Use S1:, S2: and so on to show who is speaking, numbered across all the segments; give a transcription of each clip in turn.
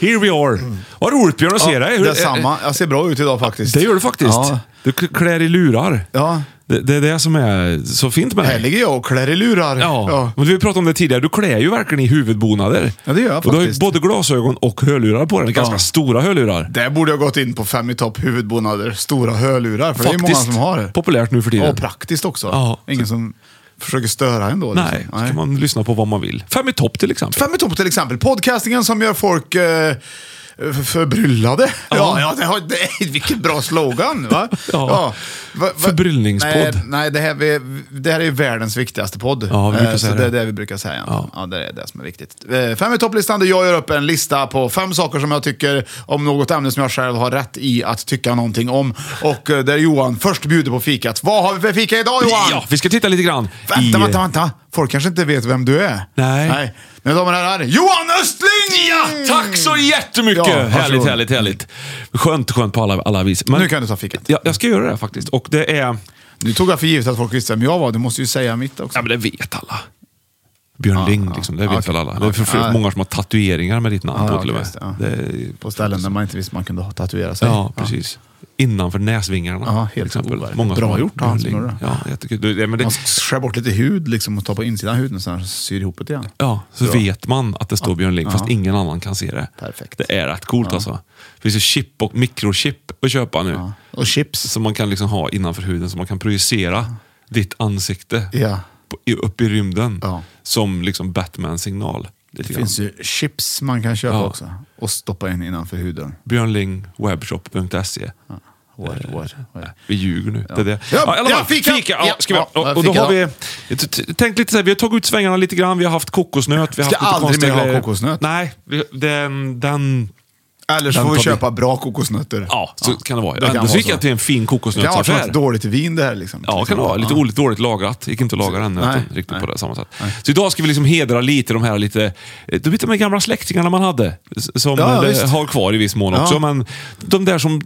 S1: Here we are. Vad roligt Björn att se dig. Hur- eh,
S2: detsamma. Jag ser bra ut idag faktiskt.
S1: Det gör du faktiskt.
S2: Ja.
S1: Du k- klär i lurar.
S2: Ja.
S1: Det, det är det som är så fint med
S2: Här
S1: dig.
S2: ligger jag och klär i lurar.
S1: Ja.
S2: Ja.
S1: Men vi pratade om det tidigare. Du klär ju verkligen i huvudbonader.
S2: Ja, det gör jag
S1: och du har ju
S2: faktiskt.
S1: både glasögon och hörlurar på dig. Ganska
S2: Ja.
S1: stora hörlurar.
S2: Där borde jag gått in på fem i topp huvudbonader. Stora hörlurar. För det är många som har det.
S1: Populärt nu för tiden.
S2: Ja, och praktiskt också.
S1: Ja.
S2: Ingen som försöker störa en då. liksom.
S1: Nej, så kan man lyssna på vad man vill. Fem i topp till exempel.
S2: Fem i topp till exempel. Podcastingen som gör folk eh, f- förbryllade. Ja, ja, det har, det, vilket bra slogan. Va?
S1: Ja.
S2: Va- va-
S1: Förbryllningspodd.
S2: Nej, nej det, här, vi- det här är ju världens viktigaste podd.
S1: Ja, vi brukar
S2: Eh, så
S1: säga
S2: det.
S1: det.
S2: är det vi brukar säga. egentligen. Ja, det är det som är viktigt. Eh, Fem i topplistan där jag gör upp en lista på fem saker som jag tycker om något ämne som jag själv har rätt i att tycka någonting om. Och eh, där Johan först bjuder på fikat. Vad har vi för fika idag Johan?
S1: Ja, vi ska titta lite grann.
S2: Vänta,
S1: i-
S2: vänta, vänta. Folk kanske inte vet vem du är.
S1: Nej.
S2: Mina damer och herrar, Johan Östling!
S1: Ja, tack så jättemycket!
S2: Mm. Ja, varsågod.
S1: härligt, härligt, härligt. Skönt, skönt på alla, alla vis. Men
S2: Nu kan du ta fikat.
S1: Ja, jag ska göra det faktiskt. Och det är...
S2: Nu tog jag för givet att folk visste vem jag var. Du måste ju säga mitt också.
S1: Ja, men det vet alla. Björn Ling, liksom, det vet
S2: Ah, okej. Ah,
S1: väl alla. Det är för, för
S2: Ja.
S1: många som har tatueringar med ditt namn
S2: Ja,
S1: på
S2: ja,
S1: till och med.
S2: just det, ja.
S1: Det är-
S2: Ah. På ställen där man inte visste man kunde ha- tatuera sig.
S1: Ja, precis. Innanför näsvingarna.
S2: Ja, Ah, helt
S1: till exempel.
S2: overkligt.
S1: Många som
S2: Bra
S1: har
S2: gjort,
S1: Björn
S2: Hans,
S1: Ling.
S2: Norra.
S1: Ja, jättekul. Du, det- men det,
S2: Man skär bort lite hud liksom och tar på insidan av huden och sen syr ihop det igen.
S1: ja, så vet man att det står Björn Ling, fast
S2: Ja.
S1: ingen annan kan se det.
S2: Ah. Perfekt. Ah.
S1: Det är rätt coolt alltså. Det finns ju chip och mikrochip att köpa nu.
S2: Ja. Och chips.
S1: Som man kan liksom ha innanför huden, så man kan projicera ditt ansikte
S2: Ja.
S1: på, i- upp i rymden.
S2: Ja.
S1: Som liksom Batman-signal. lite
S2: Det
S1: grann.
S2: finns ju chips man kan köpa
S1: Ja.
S2: också. Och stoppa in innanför huden.
S1: björnlingwebshop.se. Eh.
S2: What, what, what.
S1: Vi ljuger nu. Det är det.
S2: Ja,
S1: i alla
S2: ja,
S1: fall.
S2: fika!
S1: Ja,
S2: Ja,
S1: ska vi,
S2: ja,
S1: och, och då
S2: fika
S1: har
S2: då.
S1: vi, t- t- tänk lite så här, vi har tagit ut svängarna lite grann, vi har haft kokosnöt. Vi har
S2: Ska
S1: haft lite
S2: aldrig
S1: konstiga
S2: mer ha
S1: grejer.
S2: kokosnöt.
S1: Nej, vi- den... den
S2: Eller så
S1: Den
S2: får vi
S1: tar vi.
S2: köpa bra kokosnötter.
S1: ja, så kan det vara.
S2: Det kan
S1: Ändå
S2: vara
S1: så gick
S2: så.
S1: jag till en
S2: Det
S1: fin
S2: kan ha varit som
S1: kokosnötsaffär.
S2: ett dåligt vin det här. Liksom.
S1: Ja, kan det vara. Lite dåligt, dåligt lagrat. Gick inte att laga den nöten
S2: Nej,
S1: riktigt
S2: nej.
S1: på det samma sätt. Så idag ska vi liksom hedra lite de här lite, eh, du vet de här gamla släktingarna man hade. s- Som
S2: Ja,
S1: eller
S2: visst.
S1: har kvar i viss mån
S2: Ja.
S1: också. Men de där som,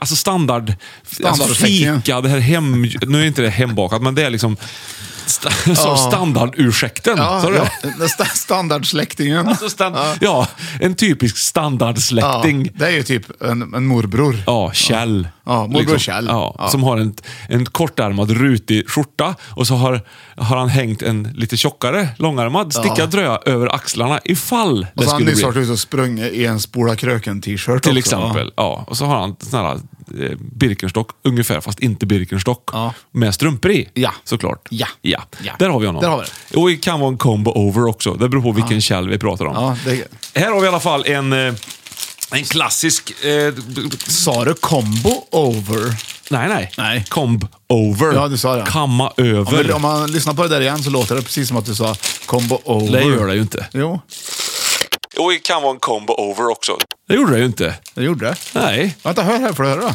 S1: alltså standard, alltså
S2: Standardsläktingen.
S1: fika, det här hem, nu är inte det hembakat, men det är liksom sta, som standardursäkten.
S2: Ja,
S1: sa du det?
S2: ja. Den sta- Standardsläktingen.
S1: Alltså stan, ja. en typisk standardsläkting.
S2: Ja, det är ju typ en, en morbror.
S1: Ja, Kjell. Liksom.
S2: Ja, morbror Kjell.
S1: Ja,
S2: Ja.
S1: Som har en, en kortärmad rutig skjorta och så har, har han hängt en lite tjockare, långärmad stickad tröja över axlarna ifall
S2: och
S1: det
S2: så har han
S1: skulle
S2: nyss
S1: bli.
S2: varit ute och sprungit i en Spola Kröken-t-shirt
S1: Till
S2: också, va?
S1: exempel. Ja. Och så har han sån här eh, Birkenstock, ungefär, fast inte Birkenstock.
S2: Ja.
S1: Med strumpor i,
S2: Ja.
S1: såklart.
S2: Ja.
S1: ja.
S2: Ja.
S1: Där har vi honom.
S2: Där har vi
S1: Och det kan vara en combo over också. Det beror på vilken Kjell vi pratar om.
S2: Ja, det,
S1: Här har vi i alla fall en, eh, en klassisk... Eh, b- b-
S2: sa du combo over?
S1: Nej, nej.
S2: Nej.
S1: Comb over.
S2: Ja, du sa det.
S1: Kamma
S2: Om,
S1: över.
S2: man- om man lyssnar på det där igen så låter det precis som att du sa combo over.
S1: Det gör det ju inte.
S2: Jo,
S1: Jo, det kan vara en combo over också. Det gjorde det ju inte.
S2: det gjorde det.
S1: Nej.
S2: Vänta, hör här får du höra då.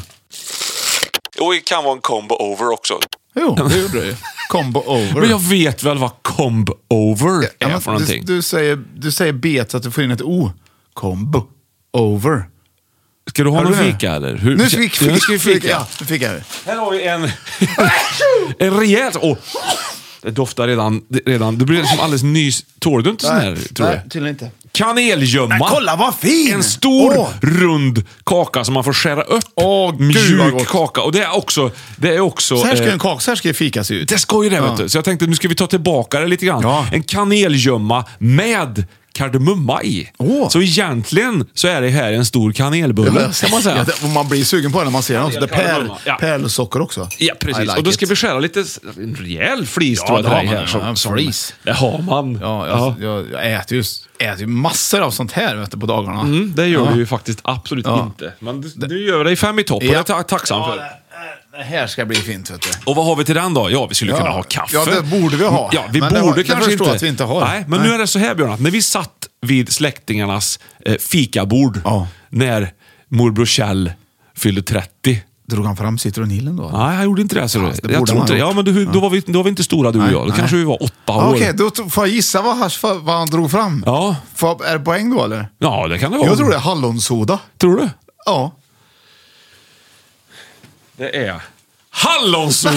S1: Jo, det kan vara en combo over också.
S2: Jo, det gjorde det ju. Combo over.
S1: Men jag vet väl vad comb over
S2: Ja,
S1: är
S2: men
S1: för någonting?
S2: Du, du, säger, du säger B så att du får in ett O. Combo over.
S1: Ska du ha
S2: Hör
S1: någon
S2: du det?
S1: fika eller? Hur-
S2: Nu fick,
S1: Ja, nu ska vi fika.
S2: Ja, nu fick jag det.
S1: Här har vi en... en rejäl... Åh. Det doftar redan... redan det blir liksom alldeles ny... Tål du inte sån här, tror
S2: Nej,
S1: jag?
S2: tydligen inte.
S1: Kanelgömma!
S2: Nej, kolla vad fin!
S1: En stor,
S2: Åh.
S1: rund kaka som man får skära upp.
S2: Åh, gud, vad
S1: Mjuk
S2: gott.
S1: kaka. Och det är också... Det är också
S2: Så här ska
S1: eh,
S2: en kaka, så här ska ju fika se ut.
S1: det ska ju det, vet du. Så jag tänkte nu ska vi ta tillbaka det lite grann.
S2: Ja.
S1: En kanelgömma med kardemumma i.
S2: Åh.
S1: Så egentligen så är det här en stor kanelbulle, kan man säga.
S2: Ja, det, och man blir sugen på det när man ser den också. Det är pärl,
S1: Ja.
S2: pärlsocker också.
S1: Ja, precis.
S2: I like
S1: och då ska
S2: it.
S1: vi skära lite, s- en rejäl flis
S2: Ja,
S1: tror jag
S2: det
S1: det
S2: har
S1: är
S2: man.
S1: här.
S2: Ja, en flis.
S1: Det har man.
S2: Ja, jag, Jag, jag äter ju äter ju massor av sånt här vet du, på dagarna.
S1: Mm, det gör
S2: ja.
S1: du ju faktiskt absolut
S2: Ja.
S1: inte. Men du, du gör dig fem i topp och det är jag tacksam
S2: ja,
S1: för.
S2: det- Det här ska bli fint vet du.
S1: Och vad har vi till den då? Ja, vi skulle
S2: Ja.
S1: kunna ha kaffe.
S2: Ja, det borde vi ha.
S1: Ja, vi
S2: Men det har- det
S1: borde kanske
S2: förstår
S1: inte.
S2: att vi inte har.
S1: Nej, men
S2: Nej.
S1: nu är det så här Björn, att när vi satt vid släktingarnas eh, fikabord
S2: Ja.
S1: när morbror Kjell fyllde 30.
S2: Drog han fram citronilen då? Ah,
S1: Nej, han gjorde inte det. Så
S2: Fast det
S1: jag
S2: borde
S1: tror
S2: man
S1: inte det.
S2: ha
S1: Ja,
S2: gjort.
S1: men då, då, var vi, då var vi inte stora du och jag. Då
S2: Nej.
S1: kanske vi var åtta
S2: Ah,
S1: år.
S2: Okej, då t- får jag gissa vad, han- vad han drog fram?
S1: Ja.
S2: Får jag- är det poäng då eller?
S1: Ja, det kan det vara.
S2: Jag tror det är hallonsoda.
S1: Tror du?
S2: Ja.
S1: Det är hallonsoda!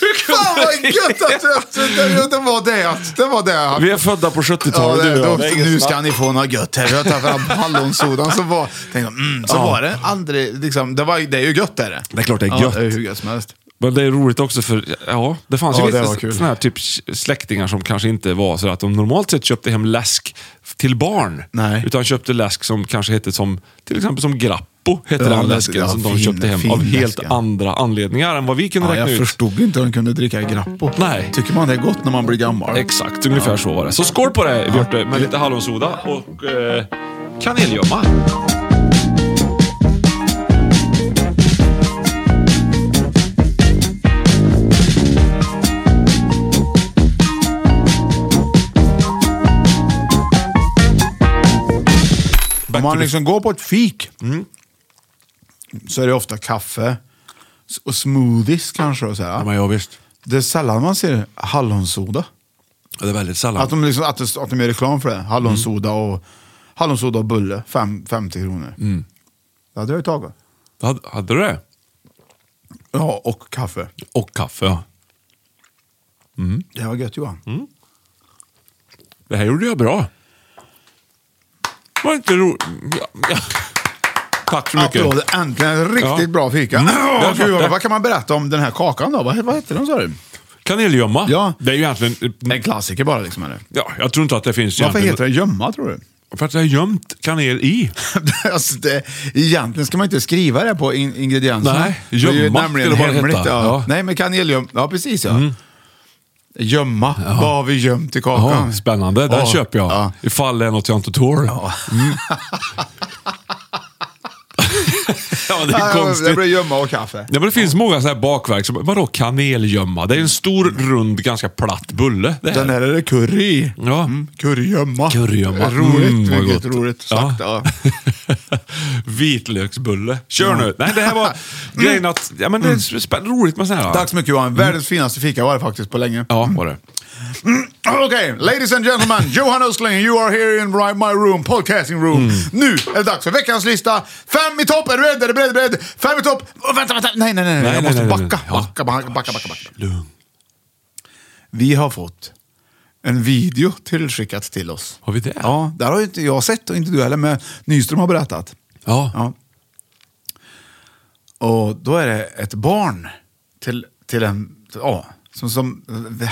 S1: Hur kunde
S2: Fan vad
S1: vi-
S2: gött att att- det, det var det. att- Det var det. han-
S1: Vi är födda på 70-talet.
S2: det,
S1: du och jag.
S2: då, nu ska ni få något gött här. Jag tar fram hallonsodan. Så, var, tänkte, jag, mm, så
S1: Ja.
S2: var det aldrig. Liksom, det, var, ju- det är ju gött är det.
S1: Det är klart det är
S2: Ja,
S1: gött.
S2: det är hur gött som helst.
S1: Men det är roligt också för, ja, det fanns
S2: Ja,
S1: ju
S2: det var
S1: lite
S2: kul.
S1: sådana här typ släktingar som kanske inte var så att de normalt sett köpte hem läsk till barn.
S2: Nej.
S1: Utan köpte läsk som kanske hette som, till exempel som Grappo hette
S2: Ja,
S1: den
S2: det-
S1: läsken
S2: ja,
S1: som de
S2: fin-
S1: köpte hem
S2: fin
S1: av helt
S2: läsk, ja.
S1: andra anledningar än vad vi kunde
S2: Ja,
S1: räkna
S2: jag
S1: ut.
S2: förstod inte hur de kunde dricka Grappo.
S1: Nej.
S2: Tycker man det är gott när man blir gammal?
S1: Exakt, ungefär så var det. Så skål på det Björte med lite hallonsoda och eh, kanelgömma.
S2: Om man liksom går på ett fik så är det ofta kaffe s- och smoothies kanske. Och så här.
S1: ja, visst.
S2: Det är sällan man ser hallonsoda.
S1: Det är väldigt sällan.
S2: Att de, liksom, att, det, att de gör reklam för det. Hallonsoda och, hallonsoda och bulle, fem, 50 kronor. Det hade jag ju tagit.
S1: Hade, hade du det?
S2: Ja, och kaffe.
S1: Och kaffe, ja.
S2: Det var gött Johan.
S1: Det här gjorde jag bra. Var inte roligt? Ja, ja. Tack så mycket.
S2: Applåder, äntligen en riktigt
S1: Ja.
S2: bra fika.
S1: jag
S2: Gud,
S1: fattar.
S2: vad, vad kan man berätta om den här kakan då? Vad, vad heter den sa du?
S1: Kanelgömma.
S2: Ja.
S1: Det är ju egentligen...
S2: En klassiker bara liksom eller?
S1: Ja, jag tror inte att det finns
S2: Varför
S1: egentligen.
S2: heter den gömma tror du?
S1: det? För att jag har gömt kanel i.
S2: alltså det, egentligen ska man inte skriva det på in, ingredienserna.
S1: Nej,
S2: Det är ju
S1: gömma
S2: nämligen
S1: skulle det bara
S2: hemligt.
S1: heta.
S2: Ja.
S1: Ja. Mm.
S2: Nej, men kanelgömma. Ja, precis ja. Gömma. Vad har vi gömt i kakan?
S1: Jaha, spännande. Den
S2: Ja.
S1: köper jag.
S2: Ja.
S1: Ifall det är något jag inte tål. Mm. Ja, ja det är konstigt.
S2: Det blir gömma och kaffe.
S1: Ja, men det finns många så här bakverk som... Vadå kanelgömma? Det är en stor, rund, ganska platt bulle. Det
S2: Den här är det curry i.
S1: Ja.
S2: Mm, Currygömma.
S1: Currygömma.
S2: Roligt.
S1: Mm, vad
S2: vilket
S1: gott.
S2: roligt
S1: Ja.
S2: sagt. Ja.
S1: Vitlöksbulle. Kör nu! Nej, det här var grejen att... Ja, men det är spä- roligt med sådana här.
S2: Tack så mycket
S1: Mm.
S2: Johan. Världens finaste fika var det faktiskt på länge.
S1: Ja, var det.
S2: Okej, ladies and gentlemen. Johan Östling, you are here in my- my room, podcasting room.
S1: Mm.
S2: Nu är det dags för veckans lista. Fem i topp, är du beredd? Är du beredd? Är du beredd? Fem i topp. Oh, vänta, vänta. Nej, nej, nej. nej,
S1: Nej,
S2: jag
S1: nej,
S2: måste
S1: nej, nej,
S2: backa.
S1: nej. Ja.
S2: Backa, backa, backa, backa, backa.
S1: Lugn.
S2: Vi har fått en video tillskickat till oss.
S1: Har vi det?
S2: Ja, där har ju inte jag sett och inte du heller, men Nyström har berättat.
S1: Ja.
S2: Ja. Och då är det ett barn till, till en, ja, som, som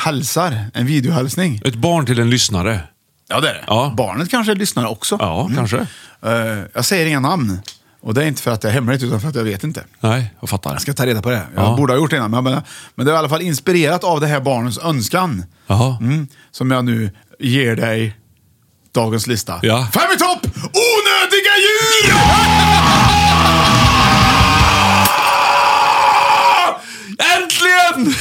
S2: hälsar, en videohälsning.
S1: Ett barn till en lyssnare.
S2: Ja, det är det.
S1: Ja.
S2: Barnet kanske lyssnar också. Mm.
S1: Ja, kanske.
S2: Eh, jag säger inga namn. Och det är inte för att det är hemligt, utan för att jag vet inte.
S1: Nej, jag fattar.
S2: Jag ska ta reda på det. Jag
S1: Ja.
S2: borde ha gjort det innan. Men, jag menar- men det är i alla fall inspirerat av det här barnens önskan.
S1: Jaha.
S2: Mm, som jag nu ger dig dagens lista.
S1: Ja.
S2: Fem i topp! Onödiga djur!
S1: Äntligen!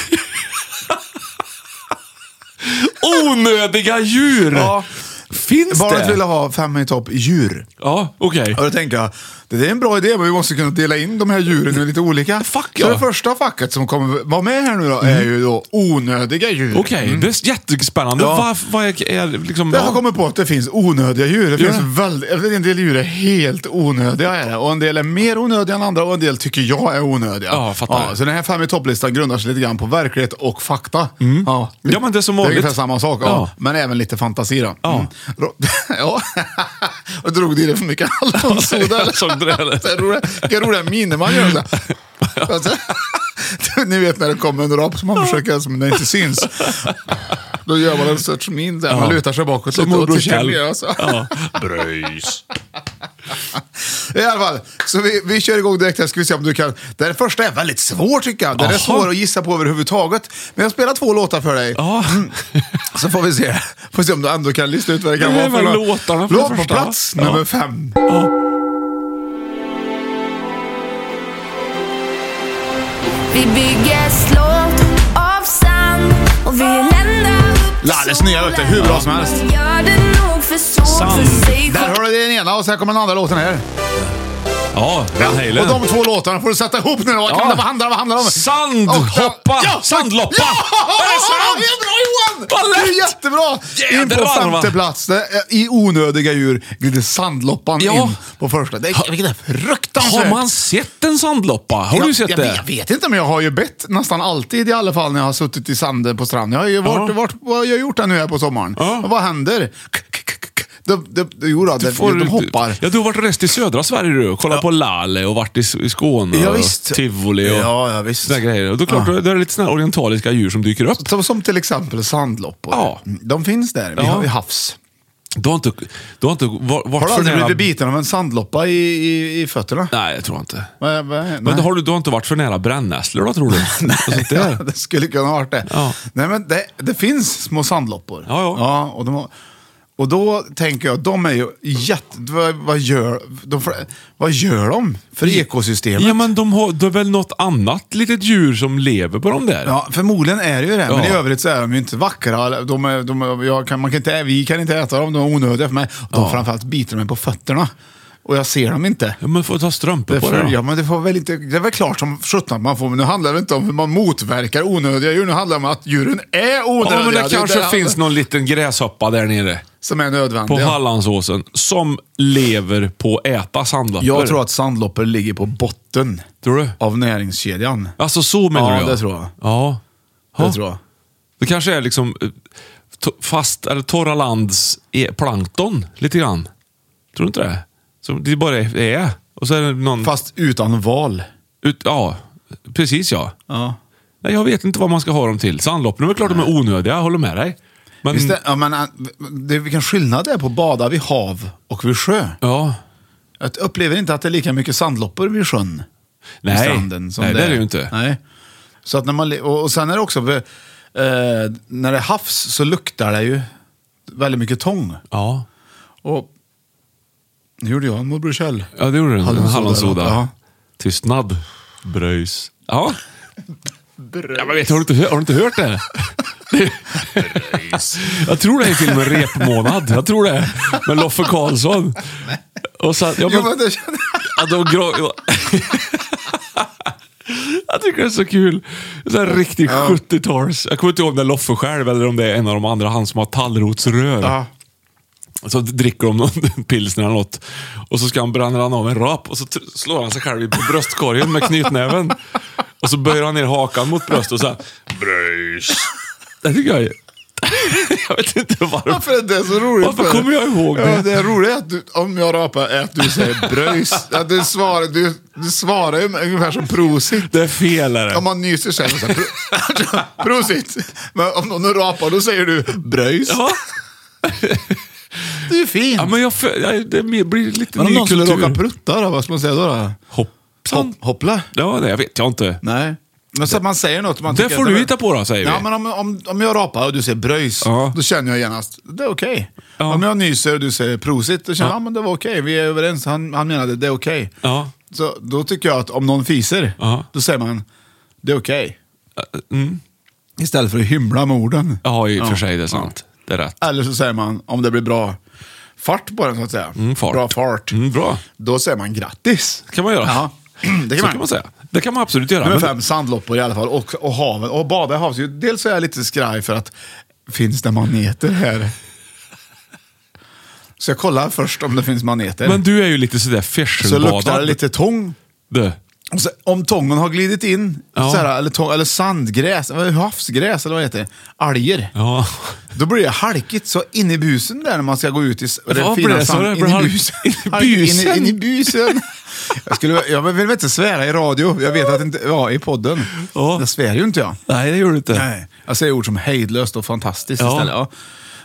S1: Onödiga djur!
S2: Ja.
S1: Finns
S2: Barnet
S1: det?
S2: ville ha fem i topp djur.
S1: Ja, okej.
S2: Och då tänker jag, det är en bra idé, men vi måste kunna dela in de här djuren i lite olika.
S1: Fuck,
S2: Så
S1: ja. Mm.
S2: det första facket som kommer vara med här nu då, är ju då onödiga djur.
S1: Okej, det är jättespännande.
S2: Mm. Ja.
S1: Vad vad är, är liksom...
S2: Jag har kommit på att det finns onödiga djur. Det
S1: Gör
S2: finns väldigt, jag vet, en del djur är helt onödiga. Är det. Och en del är mer onödiga än andra och en del tycker jag är onödiga.
S1: Ja, fattar.
S2: så den här fem i topplistan grundar sig lite grann på verklighet och fakta. Ja.
S1: Mm. Ja, men det är som vanligt.
S2: ungefär samma sak, ja.
S1: Ja.
S2: men även lite fantasi. Då.
S1: Ja.
S2: Mm. Ro- ja. jag drog i det för mycket hallonsoda.
S1: Jag
S2: eller?
S1: såg det, eller?
S2: Så här roliga- Vilka roliga miner man gör. Så här. Alltså, Ni vet när det kommer en rap som man försöker, som det inte syns. Då gör man en sorts min där. Man
S1: Ja.
S2: lutar sig bakåt
S1: Som
S2: lite och
S1: morbror
S2: tittar
S1: Kjell.
S2: ner. Alltså.
S1: Ja.
S2: Bröjs. I alla fall, så vi, vi kör igång direkt här. Ska vi se om du kan. Den första är väldigt svår tycker jag. Den är
S1: Jaha.
S2: svår att gissa på överhuvudtaget. Men jag spelar två låtar för dig.
S1: Ja.
S2: Så får vi se. Får se om du ändå kan lista ut vad det kan
S1: Det
S2: vara
S1: är
S2: för
S1: väl
S2: låt.
S1: låtarna för det
S2: Låt på
S1: första, va?
S2: plats
S1: Ja.
S2: nummer fem.
S3: Vi bygger slott av sand och vi länder upp till
S2: Lalles nya låt är
S3: solen.
S2: hur bra som helst.
S3: Man Gör det nog för svårt
S1: Sand.
S3: för sig
S2: Där hör du den ena och sen kommer den andra låten här.
S1: Ja, Van Halen.
S2: Och de två låtarna får du sätta ihop nu då. Vad, kan
S1: Ja.
S2: det, vad handlar det vad handlar det om?
S1: Sandhoppa!
S2: Ja,
S1: Mm, Sandloppa!
S2: Ja!
S1: Är det sant?
S2: Det är bra Johan!
S1: Vad lätt!
S2: Det är jättebra! In på
S1: Jädrar,
S2: femte
S1: va?
S2: plats, det är, i onödiga djur, glider sandloppan
S1: Ja.
S2: in på första. Det är, vilket är fruktansvärt!
S1: Har man sett en sandloppa? Har du sett
S2: jag,
S1: det?
S2: Jag, vet- jag vet inte, men jag har ju bett nästan alltid i alla fall när jag har suttit i sanden på stranden. Jag har ju varit,
S1: Ja.
S2: varit, vad har jag gjort här nu här på sommaren.
S1: Ja.
S2: Och vad händer? K- k- k- k- De, de, de, jo då, de,
S1: Får
S2: de
S1: du-
S2: hoppar.
S1: Ja, du har varit rest i södra Sverige du. Kollat på Lalle och varit i, S- i Skåne.
S2: Ja,
S1: och
S2: visst.
S1: Tivoli och
S2: Ja, ja, visst.
S1: såna grejer. Och då, är klart,
S2: Ja.
S1: då är det lite såna här orientaliska djur som dyker upp.
S2: Som, som till exempel sandloppor.
S1: Ja.
S2: De finns där vi
S1: Ja.
S2: har, i havs.
S1: Du har inte, du har inte var- varit
S2: Har du
S1: för
S2: aldrig
S1: nära...
S2: blivit biten av en sandloppa i, i, i fötterna?
S1: Nej, jag tror inte.
S2: Va- va-
S1: Men
S2: nej.
S1: då har du, du har inte varit för nära brännässlor då, tror du? Nej. Och sånt där.
S2: Ja, det skulle kunna ha varit det.
S1: Ja.
S2: Nej, men det, det finns små sandloppor.
S1: Ja, ja.
S2: och, de har, och då tänker jag, de är ju jätte... Vad, vad, gör, de, får- vad gör de för ekosystemet?
S1: Ja, men de har, det är väl något annat litet djur som lever på dem där?
S2: Ja, förmodligen är det ju det. Men
S1: Ja.
S2: i övrigt så är de ju inte vackra. De är, de är, jag kan, man kan inte, vi kan inte äta dem, de är onödiga för mig. De
S1: Ja.
S2: framförallt biter mig på fötterna. Och jag ser dem inte.
S1: Ja, men får ta strumpor
S2: Det,
S1: på
S2: får,
S1: dig
S2: ja,
S1: då.
S2: men det, får väl inte, det är väl klart som sjutton att man får, men nu handlar det inte om hur man motverkar onödiga djur. Nu handlar det om att djuren är onödiga.
S1: Ja, men det
S2: är
S1: kanske
S2: där
S1: finns någon liten gräshoppa där nere
S2: Som är
S1: på
S2: nödvändiga.
S1: Hallandsåsen som lever på att äta sandloppor.
S2: jag tror att sandloppor ligger på botten
S1: Tror du?
S2: av näringskedjan.
S1: Alltså så menar
S2: Ja,
S1: du?
S2: det tror jag.
S1: Ja.
S2: Det
S1: Ja.
S2: tror jag.
S1: Det kanske är liksom eh, to- fast, eller torra lands e- plankton lite grann. Tror du inte det? Som det bara är- är. Och så är det någon...
S2: Fast utan val.
S1: Ut, ja, precis ja.
S2: Ja.
S1: Nej, jag vet inte vad man ska ha dem till. Sandloppen, det är klart de är onödiga, jag håller med dig. Men,
S2: Visst är, ja, men, äh, det, vilken skillnad det är på att bada vid hav och vid sjö.
S1: Ja.
S2: Jag upplever inte att det är lika mycket sandloppor vid sjön.
S1: Nej,
S2: vid stranden som
S1: nej det är det ju inte.
S2: Nej. Så att när man, le- och, och sen är det också, eh, när det är havs så luktar det ju väldigt mycket tång.
S1: Ja.
S2: Och nu gjorde jag en morbror Kjell.
S1: ja, det gjorde den.
S2: Hallonsoda.
S1: Hallonsoda. Hallonsoda.
S2: Ja.
S1: Tystnad. Bröjs. Ja. ja men vet, du, har, du inte, hö- har du inte hört det? jag tror det är filmen Repmånad. Jag tror det. Med Loffe Karlsson. Och så, ja,
S2: Jo,
S1: men,
S2: men det känner
S1: Ja, de grå... ja. Jag tycker det är så kul. Så här riktigt 70-tals. Jag kommer inte ihåg om det är Loffe själv eller om det är en av de andra, han som har tallrotsrör.
S2: Ja.
S1: Så dricker de någon pilsner eller något. Och så ska han bränna han av en rap och så tr- slår han sig själv i bröstkorgen med knytnäven. Och så böjer han ner hakan mot bröstet och så här, Bröjs. Det tycker jag är... Jag vet inte varför.
S2: Varför är det så roligt?
S1: Varför kommer jag ihåg det?
S2: Ja, det är roliga är att du, om jag rapar är att du säger bröjs. Ja, du, svarar, du, du svarar ju ungefär som prosit.
S1: Det är fel är det.
S2: Om man nyser så är det så här, pro- prosit. Men om någon rapar då säger du bröjs.
S1: Ja.
S2: Du är fin.
S1: Ja,
S2: men,
S1: men jag, för, jag, det blir lite
S2: om
S1: ny
S2: någon skulle
S1: kultur.
S2: råka prutta då, vad ska man säga då? då?
S1: Hoppsan.
S2: Hopp- hoppla?
S1: Ja, det jag vet jag inte.
S2: Nej. Men så att man säger något. Man
S1: Det
S2: tycker
S1: får
S2: att
S1: du hitta på då, säger
S2: ja,
S1: vi.
S2: Men om, om, om jag rapar och du säger bröjs,
S1: Ja.
S2: då känner jag genast, det är okej.
S1: Ja.
S2: Om jag nyser och du säger prosit, då känner jag,
S1: Ja.
S2: ja men det var okej, vi är överens, han, han menade det är okej.
S1: Ja.
S2: Så då tycker jag att om någon fiser,
S1: Ja. Eh, mm.
S2: då säger man, det är okej. Istället för att hymla med orden.
S1: Ja, i och för sig, det är sant.
S2: Ja.
S1: Det är rätt.
S2: Eller så säger man, om det blir bra fart på den så att säga.
S1: Mm, fart.
S2: Bra fart.
S1: Mm, bra.
S2: Då säger man grattis.
S1: kan man göra.
S2: Ja, det kan
S1: så
S2: man.
S1: kan man säga. Det kan man absolut göra.
S2: Nummer
S1: men-
S2: fem, sandloppor i alla fall. Och, och haven. Och bada i havsdjur. Dels så är jag lite skraj för att finns det maneter här? Så jag kollar först om det finns maneter.
S1: Men du är ju lite sådär
S2: så
S1: färselbadad.
S2: luktar det lite tång.
S1: Du.
S2: Och så, om tången har glidit in,
S1: Ja.
S2: så här, eller, tång, eller sandgräs, eller havsgräs eller vad heter det? Alger.
S1: Ja.
S2: Då blir det halkigt så in i busen där när man ska gå ut i s-
S1: Vad
S2: den
S1: blir
S2: fina
S1: det? Så det
S2: sanden.
S1: blir
S2: In i
S1: halk-
S2: busen.
S1: in i
S2: Halkigt In, i-
S1: busen?
S2: in i busen. Jag, skulle, jag vill väl inte svära i radio. Jag vet att inte... Ja, i podden.
S1: Ja.
S2: Det svär ju inte jag.
S1: Nej, det gör du inte.
S2: Nej. Jag säger ord som hejdlöst och fantastiskt
S1: Ja.
S2: istället. Ja.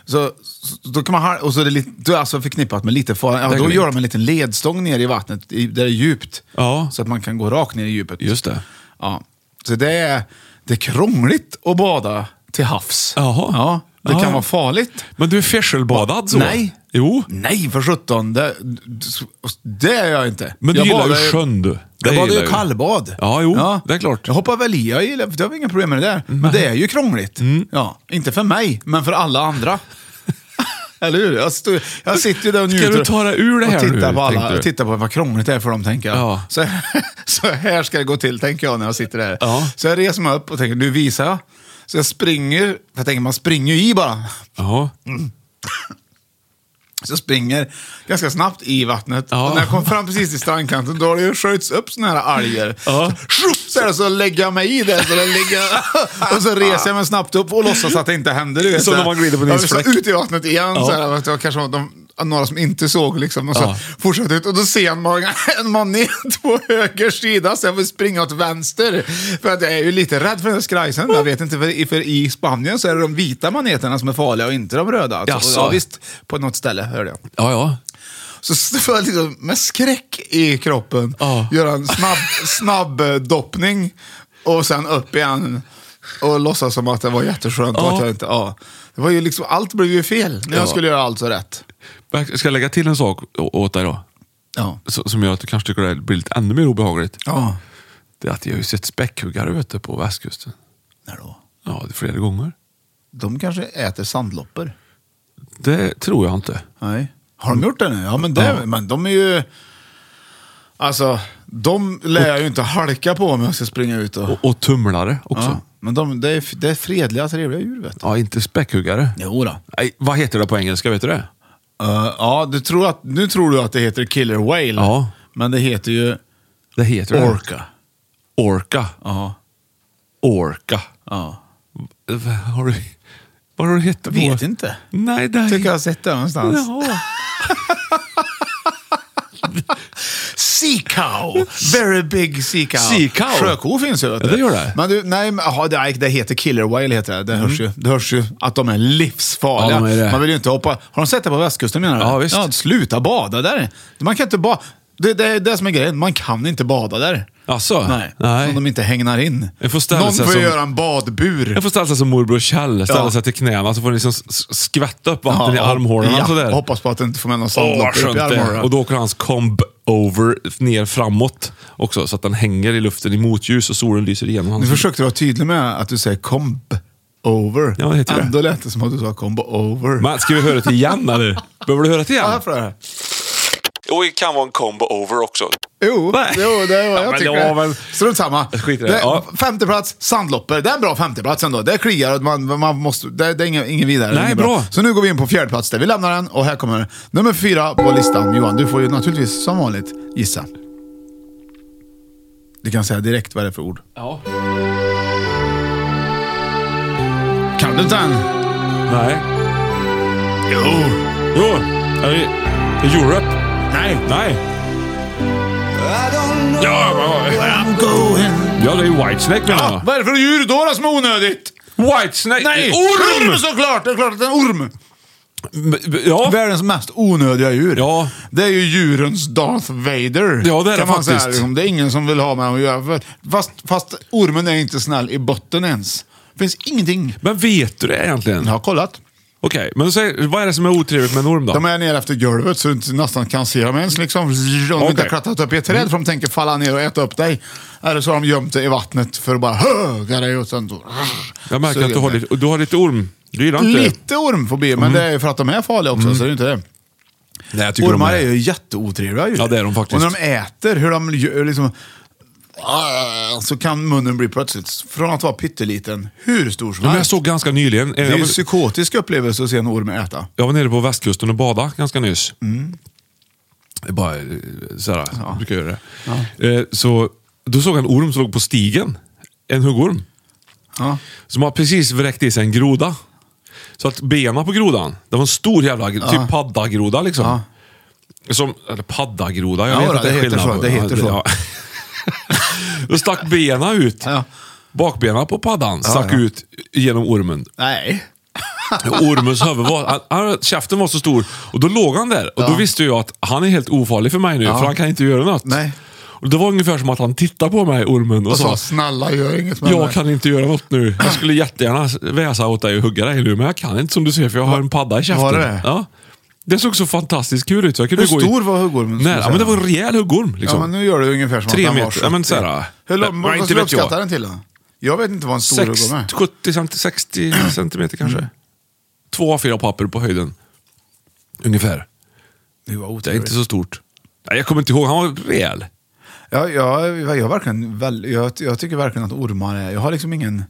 S2: Så, så, då kan man ha, och så är det, lite, då är det alltså förknippat med lite fara. Ja,
S1: Det är
S2: då gör
S1: grymt.
S2: de en liten ledstång ner i vattnet i, där det är djupt.
S1: Ja.
S2: Så att man kan gå rakt ner i djupet.
S1: Just det.
S2: Ja. Så det är, det är krångligt att bada till havs.
S1: Jaha.
S2: Ja, det
S1: Ja, ja.
S2: kan vara farligt.
S1: Men du är färselbadad så?
S2: Nej.
S1: Jo.
S2: Nej, för sjutton. Det, det är jag inte.
S1: Men du
S2: jag
S1: gillar
S2: badar
S1: ju sjön du. Det
S2: Jag badar
S1: gillar
S2: ju
S1: du.
S2: kallbad.
S1: Ja, jo, det är klart.
S2: Jag hoppar väl i, jag gillar, det har inga problem med det där. Men det är ju krångligt.
S1: Mm.
S2: Ja, inte för mig, men för alla andra. Eller hur? Jag, stå, jag sitter ju där och
S1: Ska
S2: njuter.
S1: du ta dig ur det här
S2: och tittar
S1: nu,
S2: På
S1: tänkte
S2: alla,
S1: du?
S2: och tittar på vad krångligt det är för dem, tänker jag.
S1: Ja.
S2: Så, så här ska det gå till, tänker jag när jag sitter där.
S1: Ja.
S2: Så jag reser mig upp och tänker, nu visar jag. Så jag springer, för jag tänker man springer ju i bara.
S1: Ja.
S2: Så jag springer ganska snabbt i vattnet.
S1: Ja.
S2: Och när jag kom fram precis till strandkanten, då har det ju skjuts upp såna här alger.
S1: Ja.
S2: Så, så, här, så lägger jag mig i det. Så det ligger, och så reser jag mig snabbt upp och låtsas att det inte händer. Du vet, så
S1: Som
S2: här.
S1: när man glider på en
S2: Ja, men så
S1: isfläck.
S2: Ut i vattnet igen.
S1: Ja.
S2: Så här, att det var kanske var de, några som inte såg. Liksom, och så
S1: Ja.
S2: fortsätter ut. Och då ser man en manet på höger sida, så jag får springa åt vänster. För att jag är ju lite rädd för den där skrajsen. Jag vet inte, för, i- för i Spanien så är det de vita maneterna som är farliga och inte de röda. Alltså,
S1: Jaså?
S2: ja, visst, på något ställe hörde jag.
S1: Ja, ja.
S2: Så stod jag liksom med skräck i kroppen.
S1: Ja.
S2: Göra en snabb, snabb eh, doppning och sen upp igen. Och låtsas som att det var jätteskönt.
S1: Ja.
S2: Och att jag inte, ja. det var ju liksom, allt blev ju fel när
S1: Ja.
S2: jag skulle göra allt så rätt.
S1: Men Jag ska lägga till en sak å- åt dig då.
S2: Ja.
S1: Så- Som gör att du kanske tycker det blir lite ännu mer obehagligt.
S2: ja.
S1: Det är att jag har ju sett späckhuggare ute på västkusten.
S2: När då?
S1: Ja, det är flera gånger.
S2: De kanske äter sandloppor.
S1: Det tror jag inte.
S2: Nej. Har de gjort det nu? Ja, men, det,
S1: Ja.
S2: men de är ju... Alltså, de lär jag ju inte halka på om jag ska springa ut och...
S1: Och, och tumlare också.
S2: ja.
S1: Ja,
S2: Men de, det, är, det är fredliga, trevliga djur vet du.
S1: inte späckhuggare.
S2: Jo då.
S1: Nej, vad heter det på engelska? Vet du det?
S2: Eh, ja, du tror att, nu tror du att det heter Killer Whale.
S1: Ja.
S2: Men det heter ju
S1: Det heter det.
S2: Orca.
S1: Orka.
S2: Ja.
S1: Orka.
S2: ja.
S1: V- Har du... Vad har du hett
S2: Jag vet inte.
S1: Nej, nej.
S2: Tycker jag har sett det någonstans.
S1: Jaha.
S2: Sea cow! Very big sea cow.
S1: Sea cow.
S2: Sjöko finns ju. Vet du.
S1: Ja, det gör det. Mm.
S2: Men du, nej, men, aha, det, det heter killer whale, heter det. Det, hörs ju, det hörs ju att de är livsfarliga.
S1: Ja, de är det.
S2: Man vill ju inte hoppa. Har de sett det på västkusten menar du?
S1: Ja, visst.
S2: sluta bada där. Man kan inte bada. Det, det är det som är grejen. Man kan inte bada där.
S1: Alltså,
S2: Nej.
S1: nej.
S2: Om de inte hängnar in.
S1: Jag får ställa
S2: Någon
S1: sig
S2: får
S1: som-
S2: göra en badbur.
S1: Jag får ställa sig som morbror Kjell, ställa
S2: Ja.
S1: sig till knäna så får ni liksom s- skvätta upp
S2: Ja,
S1: vatten i armhålorna.
S2: ja,
S1: sådär.
S2: Hoppas på att du inte får med någon
S1: Åh,
S2: sandlopp
S1: vad skönt
S2: upp i
S1: det är.
S2: armhålorna.
S1: Och då åker hans comb over ner framåt också så att den hänger i luften i motljus och solen lyser igenom
S2: Nu
S1: hans...
S2: försökte du vara tydlig med att du säger komb over.
S1: Ja, det heter det.
S2: Ändå lät det som att du sa komb over.
S1: Men ska vi höra det igen eller? Behöver du höra det igen?
S2: Varför det?
S1: Jo, det kan vara en combo over också.
S2: Jo,
S1: Nej.
S2: jo, det är vad
S1: Ja,
S2: jag
S1: men
S2: tycker.
S1: det var väl-
S2: Strunt samma.
S1: Skit i det, ja.
S2: Femteplats, Sandloppor. Det är en bra femteplats ändå. Det kliar och man, man måste... Det, det är ingen, ingen vidare.
S1: Nej,
S2: Det är inget
S1: bra.
S2: Så nu går vi in på fjärde plats där. Vi lämnar den och här kommer nummer fyra på listan. Johan, du får ju naturligtvis som vanligt gissa. Du kan säga direkt vad det är för ord.
S1: Ja.
S2: Kan du inte den?
S1: Nej.
S2: Jo.
S1: Jo, är det Europe?
S2: Nej.
S1: Nej. Ja, vad-
S2: I'm going.
S1: ja, det är ju Whitesnake menar
S2: Ja,
S1: jag.
S2: vad är det för djur då, då som är onödigt?
S1: Whitesnake?
S2: Ah, Nej!
S1: Orm!
S2: såklart! Det är klart att det är en orm.
S1: Ja.
S2: Världens mest onödiga djur.
S1: Ja.
S2: Det är ju djurens Darth Vader.
S1: Ja, det är det
S2: kan man Säga,
S1: faktiskt.
S2: liksom. Det är ingen som vill ha med dem att göra. För- Fast, fast ormen är inte snäll i botten ens. Det finns ingenting.
S1: Men vet du det egentligen?
S2: Jag har kollat.
S1: Okej, men säg, vad är det som är otrevligt med en orm då?
S2: De är nere efter golvet så du inte nästan kan se dem ens. Liksom. Om de inte
S1: Okej.
S2: har klättrat upp i ett träd för de tänker falla ner och äta upp dig. Eller så har de gömt dig i vattnet för att bara höga dig och sen så...
S1: Jag märker
S2: suga
S1: att du har,
S2: dig.
S1: lite, du har lite orm Du gillar inte Mm. det?
S2: Lite ormfobi, men det är ju för att de är farliga också, så det är ju inte det.
S1: Nej, jag tycker de
S2: Ormar är ju jätteotrevliga djur.
S1: Ja, det är de faktiskt.
S2: Och när de äter, hur de gör, liksom... Ah, Så kan munnen bli plötsligt, från att vara pytteliten, hur stor som
S1: Ja, men jag
S2: helst.
S1: såg ganska nyligen, eh,
S2: Det är
S1: jag
S2: ju en
S1: var,
S2: psykotisk upplevelse att se en orm äta.
S1: jag var nere på västkusten och badade ganska nyss.
S2: Mm.
S1: Det är Bara eh, sådär, jag brukar göra det. Eh, Så, då såg jag en orm som låg på stigen. En huggorm.
S2: Ja.
S1: Som har precis vräkt i sig en groda. Så att benen på grodan, det var en stor jävla, gr- typ paddagroda liksom. Som, eller paddagroda, jag
S2: Ja,
S1: vet
S2: då,
S1: att det,
S2: det
S1: är
S2: heter
S1: skillnad.
S2: så,
S1: på-
S2: det heter så.
S1: Då stack benen ut.
S2: Ja.
S1: Bakbenen på paddan stack
S2: ja.
S1: ut genom ormen.
S2: Nej.
S1: Ormens huvud var, han, han, käften var så stor. Och då låg han där. Och då visste jag att han är helt ofarlig för mig nu, för han kan inte göra något.
S2: Nej.
S1: Och det var ungefär som att han tittade på mig, ormen, och,
S2: Och
S1: sa
S2: så, Alltså, snälla gör inget med
S1: jag
S2: mig."
S1: kan inte göra något nu. Jag skulle jättegärna väsa åt dig och hugga dig nu, men jag kan inte som du ser för jag har en padda i käften.
S2: Var det det?
S1: Ja. Det såg så fantastiskt kul ut. Så jag kunde
S2: Hur
S1: gå i-
S2: stor var huggormen, skulle
S1: Nej,
S2: du
S1: ja,
S2: säga?
S1: men det var en rejäl huggorm. Liksom.
S2: Ja, men nu gör du ungefär som
S1: Tre
S2: att han var
S1: meter. Ja, men
S2: 70.
S1: så här,
S2: Hur
S1: ja,
S2: lång, vad
S1: inte
S2: skulle du
S1: vet jag.
S2: uppskatta den till då? Jag vet inte vad en stor
S1: Sex-
S2: huggorm är. Mm.
S1: 70 cent, 60 centimeter kanske. Två A4 papper på höjden. Ungefär.
S2: Det var
S1: Det är inte så stort. Nej, jag kommer inte ihåg, han var rejäl.
S2: Ja, jag, jag, jag, verkligen, väl, jag, jag tycker verkligen att ormar är... Jag har liksom ingen...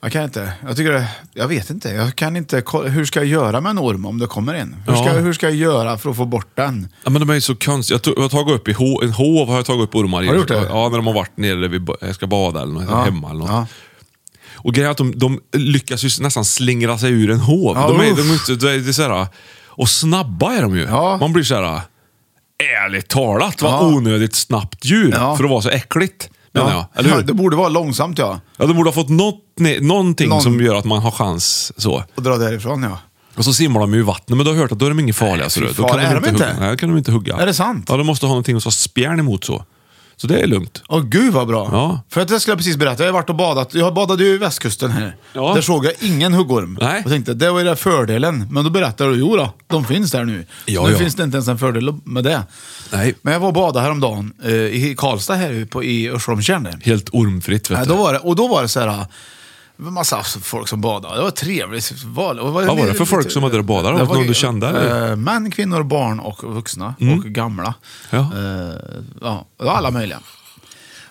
S2: Jag kan inte. Jag, tycker, det- jag vet inte. Jag kan inte. kolla- Hur ska jag göra med en orm om det kommer en? Hur ska,
S1: Ja.
S2: hur ska jag göra för att få bort den?
S1: Ja, men de är ju så konstiga. Jag, tog, jag har tagit upp i ho, en hov har jag tagit upp ormar i.
S2: Har du gjort det?
S1: Ja, när de har varit nere där vi ba- jag ska bada eller något, hemma eller något.
S2: Ja.
S1: Och grejen är att de, de lyckas ju nästan slingra sig ur en hov.
S2: Ja,
S1: de är, de
S2: uff.
S1: är inte, det är det är så här, och snabba är de ju.
S2: Ja.
S1: Man blir så här, ärligt talat, vad
S2: Ja.
S1: onödigt snabbt djur
S2: Ja.
S1: för att vara så äckligt. Menar jag. Eller
S2: Ja,
S1: hur?
S2: det borde vara långsamt ja.
S1: Ja, de borde ha fått något, ne- någonting
S2: Någon-
S1: som gör att man har chans. Så.
S2: Och dra därifrån ja.
S1: Och så simmar de ju i vattnet, men då har jag hört att då är de inget farliga. Så
S2: fy
S1: då
S2: fan,
S1: kan
S2: är de inte?
S1: Hugga. Nej, då kan de inte hugga.
S2: Är det sant?
S1: Ja, de måste ha någonting som spjärn emot så. Så det är lugnt.
S2: Åh gud vad bra.
S1: Ja.
S2: För att det skulle jag precis berätta. Jag har varit och badat. Jag badade ju i västkusten här.
S1: Ja.
S2: Där såg jag ingen huggorm.
S1: Nej.
S2: Och tänkte, det var ju det fördelen. Men då berättade du, jo då, de finns där nu.
S1: Ja,
S2: nu
S1: ja.
S2: finns det inte ens en fördel med det.
S1: Nej.
S2: Men jag var och badade häromdagen eh, i Karlstad här på, i Örsholmstjärn. där.
S1: Helt ormfritt vet
S2: Nej,
S1: du.
S2: då var det, och då var det så här, eh, massa folk som badade. Det var trevligt. Vad
S1: Vad var det för folk som var där och badade? Någon du kände, Mm. eller?
S2: Eh, män, kvinnor, barn och vuxna. Och gamla.
S1: Ja.
S2: Eh, ja, det var alla möjliga.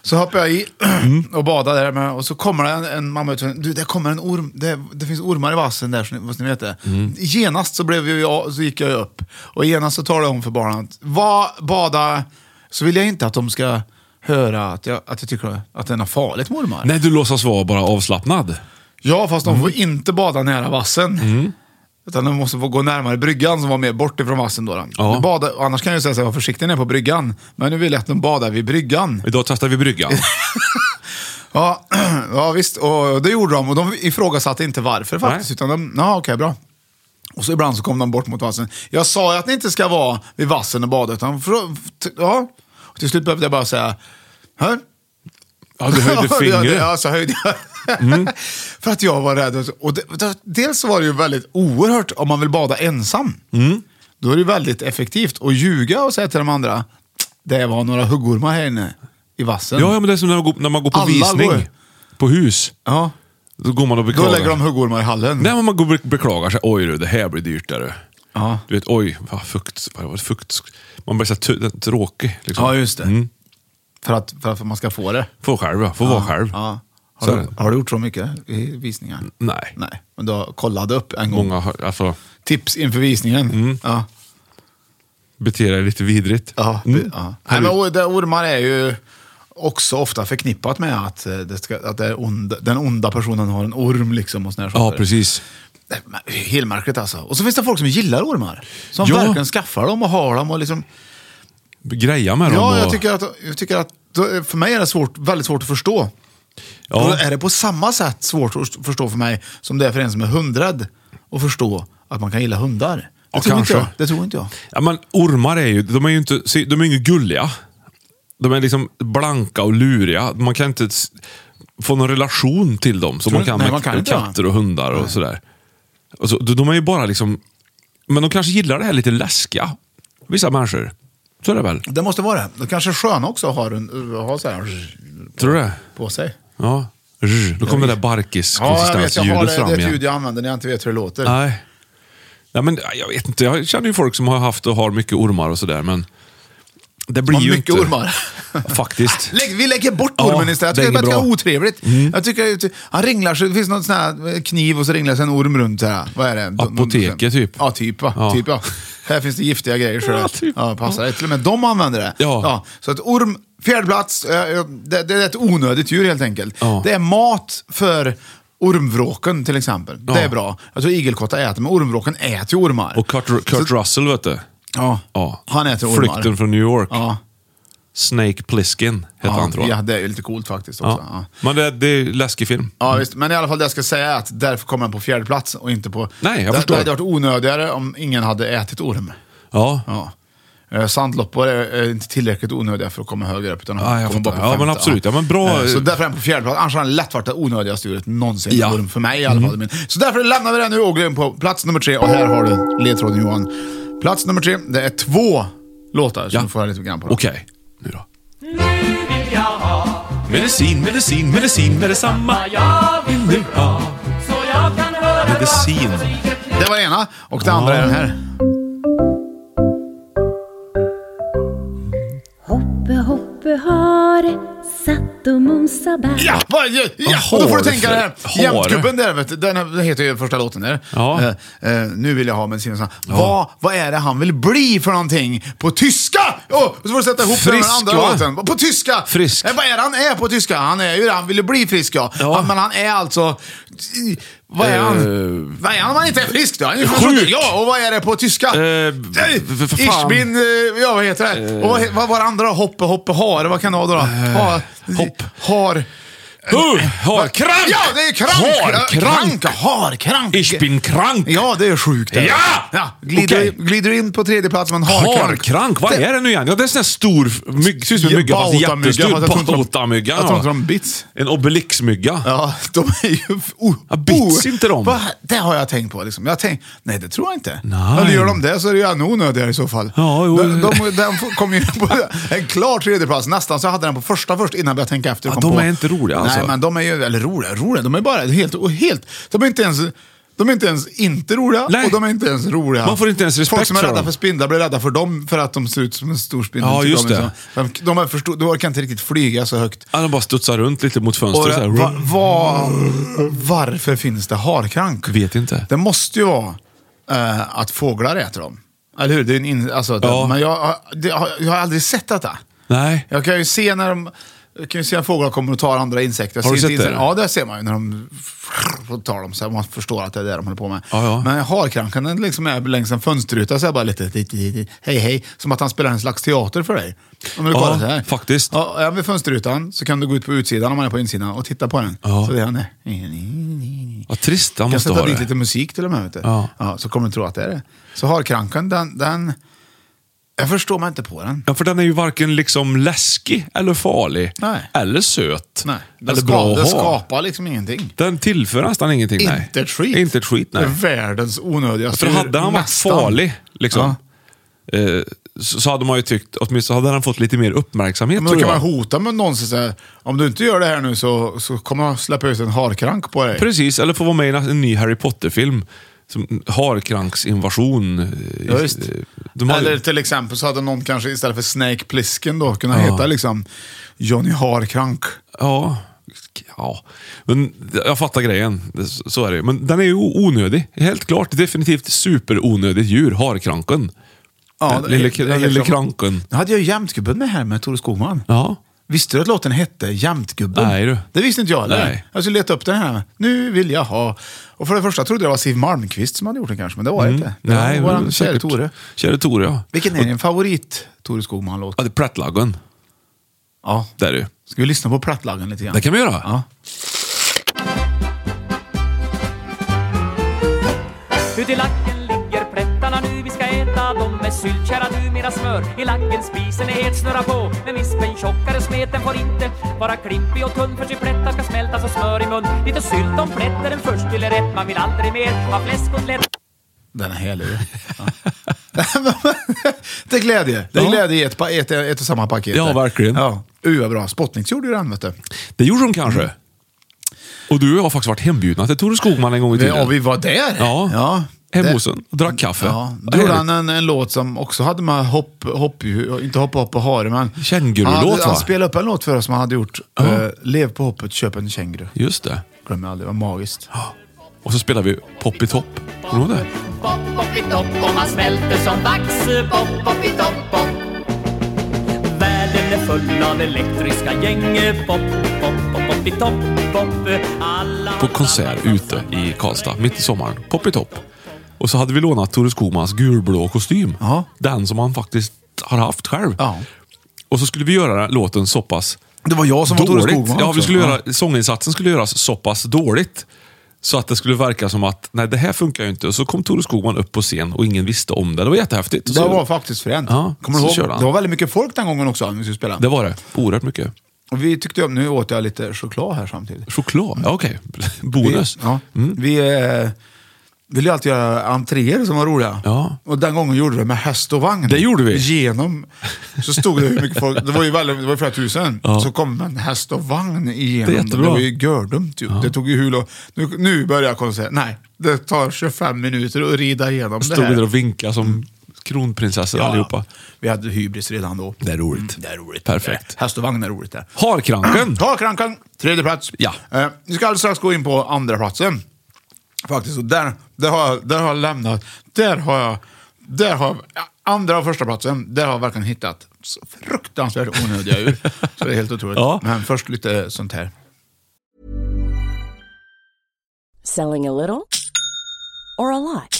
S2: Så hoppade jag i och badade där med, och så kommer det en, en mamma ut och säger, du det kommer en orm, det, det finns ormar i vassen där, så ni, vad ni vet det. Genast så, blev jag, så gick jag upp och genast så talade jag om för barnen att va, bada, så vill jag inte att de ska höra att jag, att jag tycker att den är farligt med ormar.
S1: Nej, du låtsas vara bara avslappnad.
S2: Ja, fast de får
S1: Mm.
S2: inte bada nära vassen. Utan de måste få gå närmare bryggan som var mer bort ifrån vassen. Då. då.
S1: Ja.
S2: De Bada, annars kan jag ju säga så här, var försiktig när ni är på bryggan. Men nu vill jag att de badar vid bryggan.
S1: Idag testar vi bryggan.
S2: Ja, ja visst, och det gjorde de. Och de ifrågasatte inte varför faktiskt.
S1: Nej.
S2: Utan de, ja okej bra. Och så ibland så kom de bort mot vassen. Jag sa ju att ni inte ska vara vid vassen och bada. Utan, frå- t- ja. Och till slut behövde jag bara säga, hör?
S1: Ja, du höjde Mm.
S2: Ja, det-
S1: fingret.
S2: Ja, så höjde jag. För att jag var rädd. Och det, det- dels så var det ju väldigt oerhört om man vill bada ensam.
S1: Mm.
S2: Då är det ju väldigt effektivt att ljuga och säga till de andra, det var några huggormar här inne i vassen.
S1: Ja, ja, men det är som när man går, när man går på
S2: Alla
S1: visning.
S2: går.
S1: På hus.
S2: Ja.
S1: Då går man och
S2: Då
S1: beklagar
S2: lägger de huggormar i hallen.
S1: Nej, men man går och beklagar sig. Oj du, det här blir dyrt. Där, du.
S2: Ja.
S1: du vet, oj, vad fukt. Vad var det, fukt. Man blir så här tö- tråkig. Liksom.
S2: Ja, just det. För, att, för att man ska få det.
S1: Få själv, ja. Få vara själv.
S2: Ja.
S1: Så
S2: Har,
S1: är
S2: du,
S1: det.
S2: har du gjort så mycket i visningar?
S1: Nej.
S2: Nej, men du kollade upp en gång.
S1: Många Mm. har, alltså,
S2: Tips inför visningen. Ja.
S1: beter dig lite vidrigt.
S2: Ja, det,
S1: Mm.
S2: ja.
S1: Har
S2: Nej,
S1: du-
S2: men or- det- ormar är ju också ofta förknippat med att, eh, det ska, att det är ond, den onda personen har en orm. Liksom och såna här
S1: ja,
S2: saker.
S1: precis.
S2: Nej, men Helt märkligt alltså. Och så finns det folk som gillar ormar. Som
S1: Ja.
S2: verkligen skaffar dem och har dem. Och liksom,
S1: Greja med dem.
S2: ja, jag
S1: och-
S2: tycker att, jag tycker att för mig är det svårt, väldigt svårt att förstå. Då
S1: ja.
S2: är det på samma sätt svårt att förstå för mig som det är för en som är hundrädd att förstå att man kan gilla hundar. Det,
S1: Ja,
S2: tror, inte
S1: kanske.
S2: jag. det tror inte jag.
S1: Ja, men ormar är ju, de är ju inte, se, de är ju inte gulliga. De är liksom blanka och luriga. Man kan inte s- få någon relation till dem som
S2: Tror
S1: man
S2: du-
S1: kan
S2: nej,
S1: med
S2: man kan
S1: k-
S2: inte,
S1: katter
S2: va?
S1: och hundar och sådär. Alltså, de, de är ju bara liksom... Men de kanske gillar det här lite läskiga, vissa människor. Så är det väl?
S2: Det måste vara det. Det kanske är sköna också har, en, har så här
S1: Tror du det?
S2: på sig.
S1: Ja. Rr, Då kommer det där
S2: Ja, jag vet. Jag har
S1: barkiskonsistens-ljudet
S2: det.
S1: fram
S2: Det är ett
S1: igen.
S2: ljud jag använder när jag inte vet hur det låter.
S1: Nej. Nej, men jag vet inte. Jag känner ju folk som har haft och har mycket ormar och sådär, men det blir
S2: Man har
S1: ju
S2: mycket
S1: inte...
S2: ormar. Ah,
S1: Faktiskt.
S2: Lägg, vi lägger bort
S1: Ja,
S2: ormen istället. Jag
S1: det är
S2: tycker det
S1: inget
S2: verkar
S1: bra. Mm.
S2: otrevligt. Jag tycker, att- han ringlar, så det finns någon sån här eh, kniv och så ringlar sig en orm runt här. Vad är det?
S1: Apoteket, typ.
S2: Ja, typ va.
S1: Ja.
S2: Typ, va? Här finns det giftiga grejer. Så
S1: Ja,
S2: ja,
S1: typ.
S2: ja, passar det. Till och med de använder det.
S1: Ja.
S2: så att orm, fjärde plats, eh, eh, det, det är ett onödigt djur helt enkelt.
S1: Ja.
S2: Det är mat för ormvråken till exempel.
S1: Ja.
S2: Det är bra. Jag tror igelkottar äter, men ormvråken äter ju ormar.
S1: Och Kurt, Kurt Russell, vet du?
S2: ja.
S1: Ja.
S2: Han äter ormar.
S1: Flykten från New York.
S2: Ja.
S1: Snake Plissken hette han, tror jag.
S2: ja, det är ju lite coolt faktiskt också.
S1: Ja.
S2: Ja.
S1: Men det, det är läskig film.
S2: Ja, visst. Men i alla fall det jag ska säga är att därför kommer den på fjärde plats och inte på...
S1: Nej, jag
S2: det,
S1: förstår.
S2: Det hade varit onödigare om ingen hade ätit orm.
S1: Ja.
S2: Ja. Eh, Sandloppor är, är inte tillräckligt onödiga för att komma högre upp, utan de
S1: Ja, jag
S2: kommer bara på
S1: fattar. Ja, men
S2: femte,
S1: absolut. Ja, men bra.
S2: Eh, Så därför är den på fjärde plats. Annars har den lätt varit det onödigaste djuret någonsin.
S1: Ja. Mm.
S2: Orm för mig i alla fall. Men- Så därför lämnar vi den nu och går in på plats nummer tre. Och här har du ledtråden Johan. Plats nummer tre, det är två låtar som
S1: Ja.
S2: du får höra lite grann på. dem.
S1: Okej, nu då. Medicin, medicin, medicin med detsamma. Jag vill nu ha. Medicin.
S2: Det var det ena. Och det andra är den här.
S4: Hoppe, hoppe hare, satt och mosa bär.
S2: Ja, va, ja, ja.
S1: Vad
S2: då får
S1: har
S2: du
S1: du
S2: tänka
S1: för-
S2: det här.
S1: har
S2: Jämtgubben där, vet du, den här- den heter ju första låten där.
S1: Ja.
S2: Eh, eh, nu vill jag ha medicin och sånt. Vad, vad är det han vill bli för någonting på tyska? Åh, och så får du sätta ihop
S1: Frisk,
S2: det med den andra
S1: va?
S2: låten. På tyska!
S1: Frisk.
S2: Eh, vad är det han är på tyska? Han är ju det, han ville bli frisk ja.
S1: Ja.
S2: Men han är alltså... Vad är han?
S1: Eh.
S2: Vad är han om han inte är frisk då? Han är ju
S1: Sjuk.
S2: Ja, och vad är det på tyska?
S1: Eh, för- för fan.
S2: Ischbin, eh, ja vad heter det? Och vad, he- vad var det andra då? Hoppe, hoppe, hare. Vad kan det vara då? då? Ha,
S1: Eh, hopp.
S2: Har...
S1: Uh, har krank!
S2: Ja, det är krank!
S1: Har krank!
S2: Har krank!
S1: Ich bin krank!
S2: Ja, det är sjukt. det.
S1: Ja!
S2: ja glider,
S1: Okej.
S2: glider in på tredje plats med en harkrank.
S1: Harkrank, vad är det nu igen? Ja, det är en sån här stor, mygg, ser ut som en mygga fast
S2: Bautamygga, fast jag tror inte
S1: jättestor.
S2: de-
S1: Bautamygga.
S2: Jag tror inte
S1: ja.
S2: de bits.
S1: En obelixmygga.
S2: Ja, de är ju... Oh,
S1: Ja, bits inte de?
S2: Va? Det har jag tänkt på. Liksom. Jag har tänkt, nej, det tror jag inte.
S1: Nej.
S2: Eller gör de det så är det ju ännu onödigare i så fall.
S1: Ja, jo.
S2: de, de, den får- kom ju på en klar tredjeplats. Nästan så jag hade den på första först innan jag började tänka efter. och
S1: Ja,
S2: kom
S1: de
S2: på.
S1: är inte roliga, alltså.
S2: Nej, men de är ju... Eller roliga, roliga. De är bara helt... och helt de är inte ens... De är inte ens inte roliga
S1: Nej.
S2: och de är inte ens roliga.
S1: Man får inte ens respekt
S2: Folk som är
S1: för
S2: rädda
S1: dem.
S2: för spindlar blir rädda för dem för att de ser ut som en stor spindel.
S1: Ja,
S2: tycker
S1: just
S2: de,
S1: det.
S2: Liksom. De, de är för stor, du orkar inte riktigt flyga så högt.
S1: Ja, de bara studsar runt lite mot
S2: Och
S1: fönstret.
S2: det,
S1: så här.
S2: va, va, varför finns det harkrank?
S1: Vet inte.
S2: Det måste ju vara eh, att fåglar äter dem. Eller hur? Det är en in, alltså, det-
S1: Ja.
S2: Men jag, har- det, har- jag har aldrig sett detta.
S1: Nej.
S2: Jag kan ju se när de... Jag kan ju se när fåglar kommer och tar andra insekter. Jag
S1: Har du
S2: ser
S1: sett
S2: inte
S1: det?
S2: insekter. Ja, det ser man ju när de och tar dem så här, man förstår att det är det de håller på med.
S1: Ja, ja.
S2: Men harkrankan den liksom är längs en fönsterruta så här bara lite dit, dit, dit, hej hej. Som att han spelar en slags teater för dig. Om du
S1: Ja,
S2: kollar så här.
S1: faktiskt.
S2: Ja, är vid fönsterrutan så kan du gå ut på utsidan om man är på insidan och titta på den.
S1: Ja.
S2: Så det är han där.
S1: Vad trist han
S2: Kan
S1: måste
S2: sätta
S1: ha
S2: dit
S1: det.
S2: lite musik till och med. Vet du.
S1: Ja.
S2: Ja, så kommer du tro att det är det. Så harkrankan den, den... Jag förstår mig inte på den.
S1: Ja, för den är ju varken liksom läskig eller farlig.
S2: Nej.
S1: Eller söt.
S2: Nej, det,
S1: eller
S2: ska,
S1: bra att
S2: det
S1: ha.
S2: skapar liksom ingenting.
S1: Den tillför nästan ingenting. nej.
S2: Inte ett skit.
S1: Inte ett skit, nej.
S2: Det är världens onödigaste
S1: För
S2: djur,
S1: hade han varit
S2: nästan.
S1: farlig, liksom, eh, så så hade man ju tyckt, åtminstone hade han fått lite mer uppmärksamhet
S2: Men då
S1: tror
S2: kan man
S1: jag.
S2: hota med någon som säger om du inte gör det här nu så, så kommer jag släppa ut en harkrank på dig.
S1: Precis, eller få vara med i en, en ny Harry Potter-film. Som Harkranksinvasion. eh,
S2: Ja, visst.
S1: eh, De hade,
S2: Eller till exempel så hade någon kanske istället för Snake Plissken då kunnat heta liksom Johnny Harkrank.
S1: Ja. Ja, men jag fattar grejen. Det- Så är det ju. Men den är ju onödig. Helt klart. Definitivt superonödigt dür. Harkranken.
S2: Ja,
S1: den lille,
S2: det är- det är
S1: den
S2: helt
S1: lille
S2: klart.
S1: kranken.
S2: Nu hade jag ju Jämtgubben med här med Tore Skogman.
S1: Ja.
S2: Visste du att låten hette Jämtgubben?
S1: Nej, du.
S2: Det visste inte jag heller.
S1: Nej.
S2: Jag skulle leta upp den här. Nu vill jag ha... Och för det första trodde jag det var Siw Malmkvist som hade gjort den kanske, men det var det inte. Det
S1: Mm. Nej,
S2: var våran
S1: men
S2: käre
S1: säkert.
S2: Tore.
S1: Käre Tore, ja.
S2: Vilken är din favorit Tore Skogman-låt?
S1: Ja, det är Prattlaggen.
S2: Ja.
S1: Där är det ju.
S2: Ska vi lyssna på Prattlaggen lite grann?
S1: Det kan vi göra.
S2: Ja.
S5: Ut i lacken ligger plättarna nu, vi ska äta dem med sylt, kära du, mera smör. I lacken spisen är het, snurra på. Men vispen tjockare smeten får inte vara klimpig och tunn, för sig plättar ska smältas och smör i mun. Lite sylt om plätt är den först till rätt, man vill aldrig mer ha fläsk och lätt.
S2: Den är härlig. Ja. det är glädje. Det är
S1: Ja.
S2: glädje i ett, pa- ett, ett och samma paket.
S1: Ja, verkligen.
S2: Ja. Uh, vad bra. Spottnings gjorde ju den, vet du.
S1: Det gjorde de kanske. Och du och jag har faktiskt varit hembjudna till Tore Skogman en gång i
S2: Vi,
S1: tiden.
S2: ja, vi var där.
S1: Ja. Hemma hos en och drack kaffe.
S2: Ja, då gjorde han en, en låt som också hade med hopp, hopp inte hoppa, hoppa, hare, men...
S1: Kängurulåt,
S2: han, hade-
S1: va?
S2: Han spelade upp en låt för oss som han hade gjort. eh, Lev på hoppet, köp en känguru.
S1: Just det.
S2: Glömmer aldrig, det var magiskt.
S1: Och så spelade vi Poppy Topp. Kommer du ihåg det?
S5: Bopp, bopp, i topp och man smälter som vax Bopp, bopp, i topp, bopp Världen är full av elektriska gäng Bopp, bopp, bopp, bopp, i topp, bopp Alla
S1: På konsert ute i Karlstad, mitt i sommaren. Poppy Topp. Och så hade vi lånat Tore Skogmans gulblå kostym.
S2: Ja.
S1: Den som han faktiskt har haft själv.
S2: Ja.
S1: Och så skulle vi göra låten så pass
S2: Det var jag som var Tore
S1: dåligt.
S2: Skogman
S1: Ja,
S2: också.
S1: vi skulle göra, Sånginsatsen skulle göras så pass dåligt så att det skulle verka som att nej, det här funkar ju inte. Och så kom Tore Skogman upp på scen och ingen visste om det. Det var jättehäftigt. Och
S2: Det
S1: så,
S2: var faktiskt fränt.
S1: Ja,
S2: Kommer du
S1: så
S2: ihåg?
S1: körde han.
S2: Det var väldigt mycket folk den gången också, när vi skulle spela.
S1: det var det. Oerhört mycket.
S2: Och vi tyckte om, nu åt jag lite choklad här samtidigt.
S1: Choklad? Ja, okej.
S2: Vi,
S1: Bonus.
S2: ja,
S1: Mm.
S2: vi eh, ville ju alltid göra entréer som var roliga.
S1: Ja.
S2: Och den gången gjorde vi det med häst och vagn.
S1: Det gjorde vi.
S2: Genom. Så stod det hur mycket folk, det var ju, väldigt, det var ju flera tusen. Så kom en häst och vagn igenom.
S1: Det är jättebra.
S2: Det var ju gördumt. Ju. Det tog ju hur lång... Nu, nu börjar konserten. Nej, det tar 25 minuter att rida igenom det
S1: Stod
S2: här.
S1: vi där och vinkade som kronprinsessor allihopa.
S2: Vi hade hybris redan då.
S1: Det är roligt.
S2: Det är roligt.
S1: Perfekt.
S2: Häst och vagn är roligt det.
S1: Harkranken.
S2: Ta krankan, tredje plats.
S1: Ja.
S2: Eh, vi ska alldeles strax gå in på andra platsen. Faktiskt, och där, där, har jag, där har jag lämnat. Där har jag, där har jag, ja, andra och första platsen, där har jag verkligen hittat så fruktansvärt onödiga ur. Så det är helt otroligt.
S1: Ja.
S2: Men först lite sånt här.
S6: Selling a little or a lot?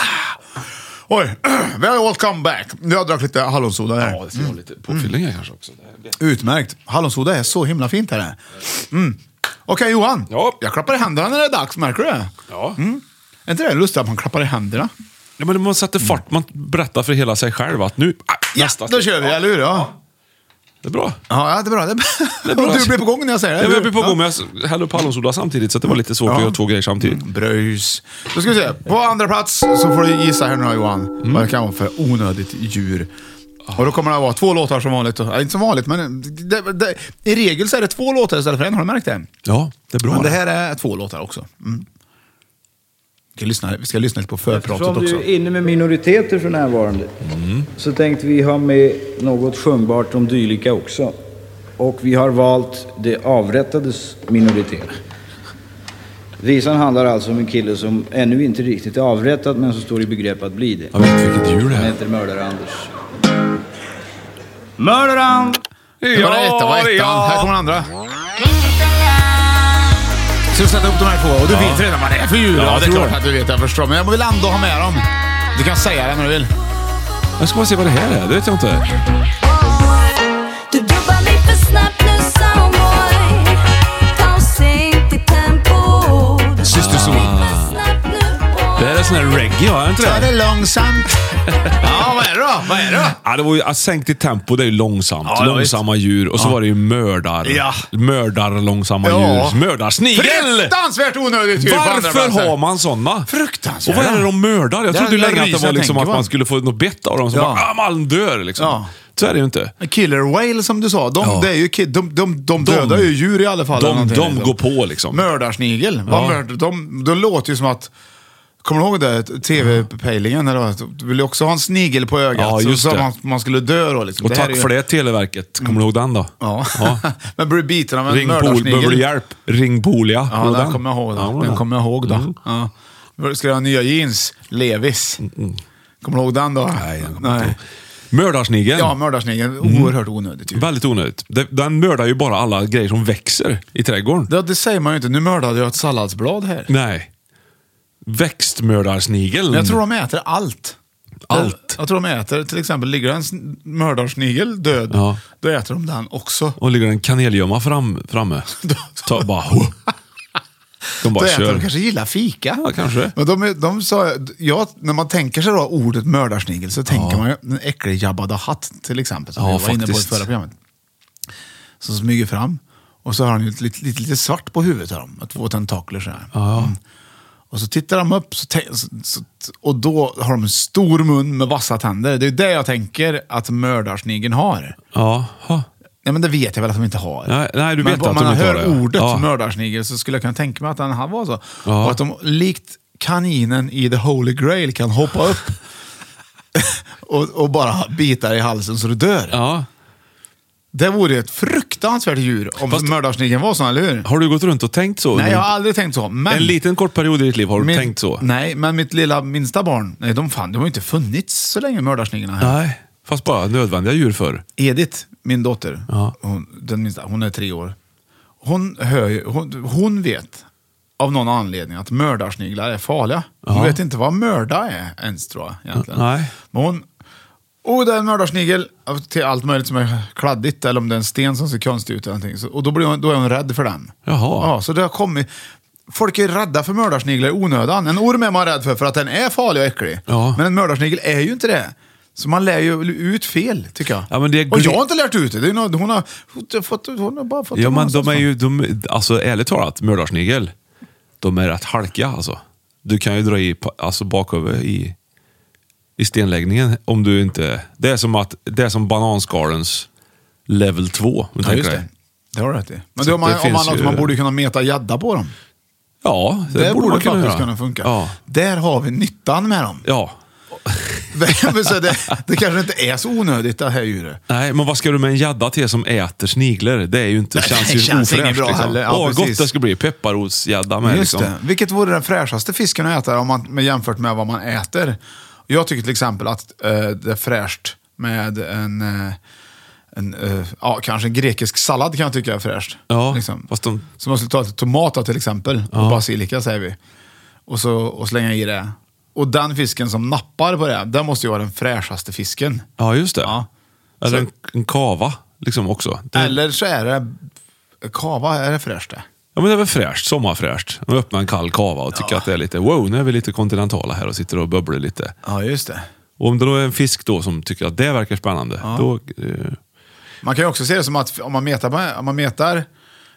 S2: Ah. Oj, well welcome back. Jag drack lite hallonsoda här.
S1: Ja, det ska vara lite
S2: Mm.
S1: påfyllningar kanske också. Det är gött.
S2: Utmärkt. Hallonsoda är så himla fint här. Mm. Okej Johan,
S1: Ja.
S2: jag klappar i händerna när det är dags, märker du det?
S1: Ja.
S2: Mm. Är inte det lustigt att man klappar i händerna?
S1: ja, men man sätter fart. Man berättar för hela sig själv att nu... Ah, nästa
S2: Mm. då
S1: steg.
S2: kör vi, eller hur? Ja.
S1: Det är bra.
S2: Ja, ja, det är bra. Det
S1: Det
S2: är
S1: är
S2: bra.
S1: bra.
S2: Du blir på gång när jag säger det.
S1: Ja,
S2: eller
S1: men
S2: hur?
S1: jag blev på gång, men jag hällde upp hallonsoda samtidigt så att det var lite svårt
S2: Ja. Mm.
S1: att göra två grejer samtidigt.
S2: Bröjs. Då ska vi se. På andra plats så får du gissa här nu Johan
S1: Mm.
S2: vad det kan vara för onödigt djur.
S1: Ah.
S2: Och då kommer det att vara två låtar som vanligt. Ja, inte som vanligt, men det, det, i regel så är det två låtar istället för en. Har du märkt det?
S1: Ja, det är bra.
S2: Men det här är två låtar också. Mm. Vi, ska lyssna, vi ska lyssna lite på förpratet
S7: Eftersom
S2: också.
S7: du är inne med minoriteter för närvarande så tänkte vi ha med något sjungbart om dylika också. Och vi har valt det avrättades minoritet. Visan handlar alltså om en kille som ännu inte riktigt är avrättad men som står i begrepp att bli det.
S1: Jag vet inte vilket djur det
S7: Han
S1: är.
S7: heter Mördar-Anders. Mördar-Anders!
S2: Det var ett, det var ettan. Här kommer den andra. Så du sätter upp de här två och du vet redan vad det är för djur.
S1: Ja,
S2: Ja, det är
S1: tror
S2: klart
S1: jag.
S2: att du vet. Jag förstår. Men jag vill ändå ha med dem. Du kan säga det när du vill.
S1: Jag ska bara se vad det här är. Det vet jag inte.
S2: Ah.
S1: sån här reggae, va? Är det inte
S2: Ta
S1: det?
S2: det långsamt. ja, vad är det då? Vad är det då?
S1: Ja, det var ju, ja, sänkt i tempo, det är ju långsamt.
S2: Ja, jag
S1: långsamma djur. Och så
S2: Ja.
S1: var det ju mördar.
S2: Ja.
S1: Mördar-långsamma
S2: Ja.
S1: djur. Mördarsnigel!
S2: Fruktansvärt onödigt djur på andra
S1: Varför
S2: platser.
S1: har man sådana? Och
S2: Fruktansvärt.
S1: vad är det de mördar? Jag
S2: Det
S1: trodde ju
S2: är
S1: länge att det
S2: rys
S1: var
S2: jag
S1: liksom
S2: tänker
S1: att
S2: på.
S1: man skulle få något bett av dem. Så
S2: Ja.
S1: bara, ah, man dör liksom.
S2: Ja.
S1: Så är det ju inte.
S2: Killer whale som du sa, de,
S1: Ja.
S2: det är ju, kid- de, de, de dödar ju djur i alla fall. eller
S1: De,
S2: någonting,
S1: de
S2: liksom.
S1: går på liksom.
S2: Mördarsnigel.
S1: Ja.
S2: Ja. Mörd, de, de låter ju som att... Kommer du ihåg det? TV-pejlingen? eller vad? Du ville också ha en snigel på ögat.
S1: Ja,
S2: så-
S1: just
S2: så
S1: det.
S2: Man, man skulle dö då. Liksom.
S1: Och
S2: här
S1: tack
S2: är ju-
S1: för det Televerket. Kommer du ihåg den då?
S2: Ja. Men blir biten av en
S1: Ring Pol,
S2: mördarsnigel.
S1: behöver du hjälp? Ring Polia.
S2: Ja, den kommer jag ihåg. Då. den kommer jag ihåg då.
S1: Mm.
S2: Ja. Ska jag ha nya jeans? Levis. Kommer du ihåg den då?
S1: mm. Nej, jag kommer inte ihåg. Mm. Mördarsnigeln.
S2: Ja, mördarsnigeln. Oerhört onödigt ju.
S1: Väldigt onödigt. Det- Den mördar ju bara alla grejer som växer i trädgården.
S2: Det, det säger man ju inte. Nu mördade jag ett salladsblad här.
S1: Nej. Växtmördarsnigeln.
S2: Men jag tror de äter allt.
S1: Allt.
S2: Jag, jag tror de äter, till exempel ligger det en sn- mördarsnigel död,
S1: Ja.
S2: då äter de den också.
S1: Och ligger en kanelgömma fram, framme. Ta, bara... De
S2: Då
S1: bara
S2: äter de
S1: kör.
S2: kanske gillar fika.
S1: Ja, kanske.
S2: Men de, är- de sa, ja, när man tänker sig då ordet mördarsnigel så tänker man ju en äcklig Jabba the Hutt till exempel. Som
S1: Ja,
S2: vi var inne på i
S1: faktiskt.
S2: förra programmet. Som smyger fram. Och så har han ju ett lite, lite, lite svart på huvudet. Har de, med två tentakler så här. Mm. Och så tittar de upp så, tän- så, så, och då har de en stor mun med vassa tänder. Det är det jag tänker att mördarsnigeln har.
S1: Ja. ha.
S2: Nej, men det vet jag väl att de inte har.
S1: Nej, nej, du
S2: men
S1: vet
S2: om
S1: att
S2: man
S1: de inte
S2: hör
S1: har det, ja.
S2: ordet
S1: Ja.
S2: mördarsnigel så skulle jag kunna tänka mig att han, han var så.
S1: Ja.
S2: Och att de likt kaninen i The Holy Grail kan hoppa upp och, och bara bita i halsen så du dör.
S1: Ja.
S2: Det vore ju ett fruktansvärt djur om
S1: Fast-
S2: mördarsnigeln var sån, eller hur?
S1: Har du gått runt och tänkt så?
S2: Nej, jag har aldrig tänkt så. Men
S1: En liten kort period i ditt liv har du
S2: min-
S1: tänkt så?
S2: Nej, men mitt lilla minsta barn, nej, de, fan, de har ju inte funnits så länge mördarsnigeln har
S1: Nej. Fast bara nödvändiga djur för.
S2: Edith, min dotter,
S1: Ja.
S2: hon, den minsta, hon är tre år. Hon, hör, ju- hon, hon vet av någon anledning att mördarsniglar är farliga. Hon
S1: Ja.
S2: vet inte vad mörda är ens tror jag. Egentligen.
S1: Nej.
S2: Men hon, oh det är en mördarsnigel till allt möjligt som är kladdigt eller om det är en sten som ser konstig ut. Eller någonting. Så, och då, blir hon, då är hon rädd för den.
S1: Jaha.
S2: Ja, så det har kommit... Folk är rädda för mördarsniglar i onödan. En orm är man rädd för, för att den är farlig och äcklig.
S1: Ja.
S2: Men en mördarsnigel är ju inte det. Så man lär ju ut fel, tycker jag.
S1: Ja, men det är
S2: Och
S1: gl-
S2: jag har inte lärt ut det. det är någon, hon, har, hon, har fått, hon har bara fått
S1: Ja,
S2: det
S1: men de
S2: någonstans
S1: är ju... De, alltså ärligt talat, mördarsnigel. De är rätt halkiga alltså. Du kan ju dra i pa- alltså, baköver i, i stenläggningen om du inte... Det är som, att, det är som bananskalens level 2. om du
S2: ifrån. Ja,
S1: tänker
S2: just
S1: dig.
S2: det. Det har du rätt i. Men
S1: Så
S2: det, om man,
S1: det
S2: om
S1: finns
S2: man, också,
S1: ju-
S2: man borde ju kunna meta gädda på dem.
S1: Ja, det,
S2: Det,
S1: borde
S2: borde,
S1: man kunna
S2: faktiskt
S1: göra.
S2: kunna funka.
S1: Ja.
S2: Där har vi nyttan med dem.
S1: ja.
S2: Men så det, det kanske inte är så onödigt det här djuret.
S1: Nej, men vad ska du med en gädda till som äter sniglar? Det är ju inte,
S2: Nej,
S1: känns
S2: det
S1: ju
S2: känns
S1: ofräscht.
S2: inget bra
S1: liksom.
S2: heller. Ja,
S1: Åh, gott
S2: precis.
S1: det ska bli. Pepparrosgädda med.
S2: Just
S1: liksom.
S2: det. Vilket vore den fräschaste fisken att äta om man, med- jämfört med vad man äter? Jag tycker till exempel att eh, det är fräscht med en, eh, en eh, ja, kanske en grekisk sallad kan jag tycka är fräscht.
S1: Ja,
S2: Liksom.
S1: fast de,
S2: Så man skulle ta lite tomat då, till exempel, och basilika säger vi. Och, så, och slänga i det. Och den fisken som nappar på det, den måste ju vara den fräschaste fisken.
S1: ja, just det.
S2: Ja.
S1: Eller
S2: Så-
S1: en, en kava liksom också. Det,
S2: Eller så är det, kava är det fräscht det.
S1: Ja, men det är väl fräscht. Sommarfräscht. Man öppnar en kall kava och tycker att det är lite wow, nu är vi lite kontinentala här och sitter och bubblar lite.
S2: Ja, just det.
S1: Och om det då är en fisk då som tycker att det verkar spännande, då... Eh,
S2: Man kan ju också se det som att om man metar med, om man metar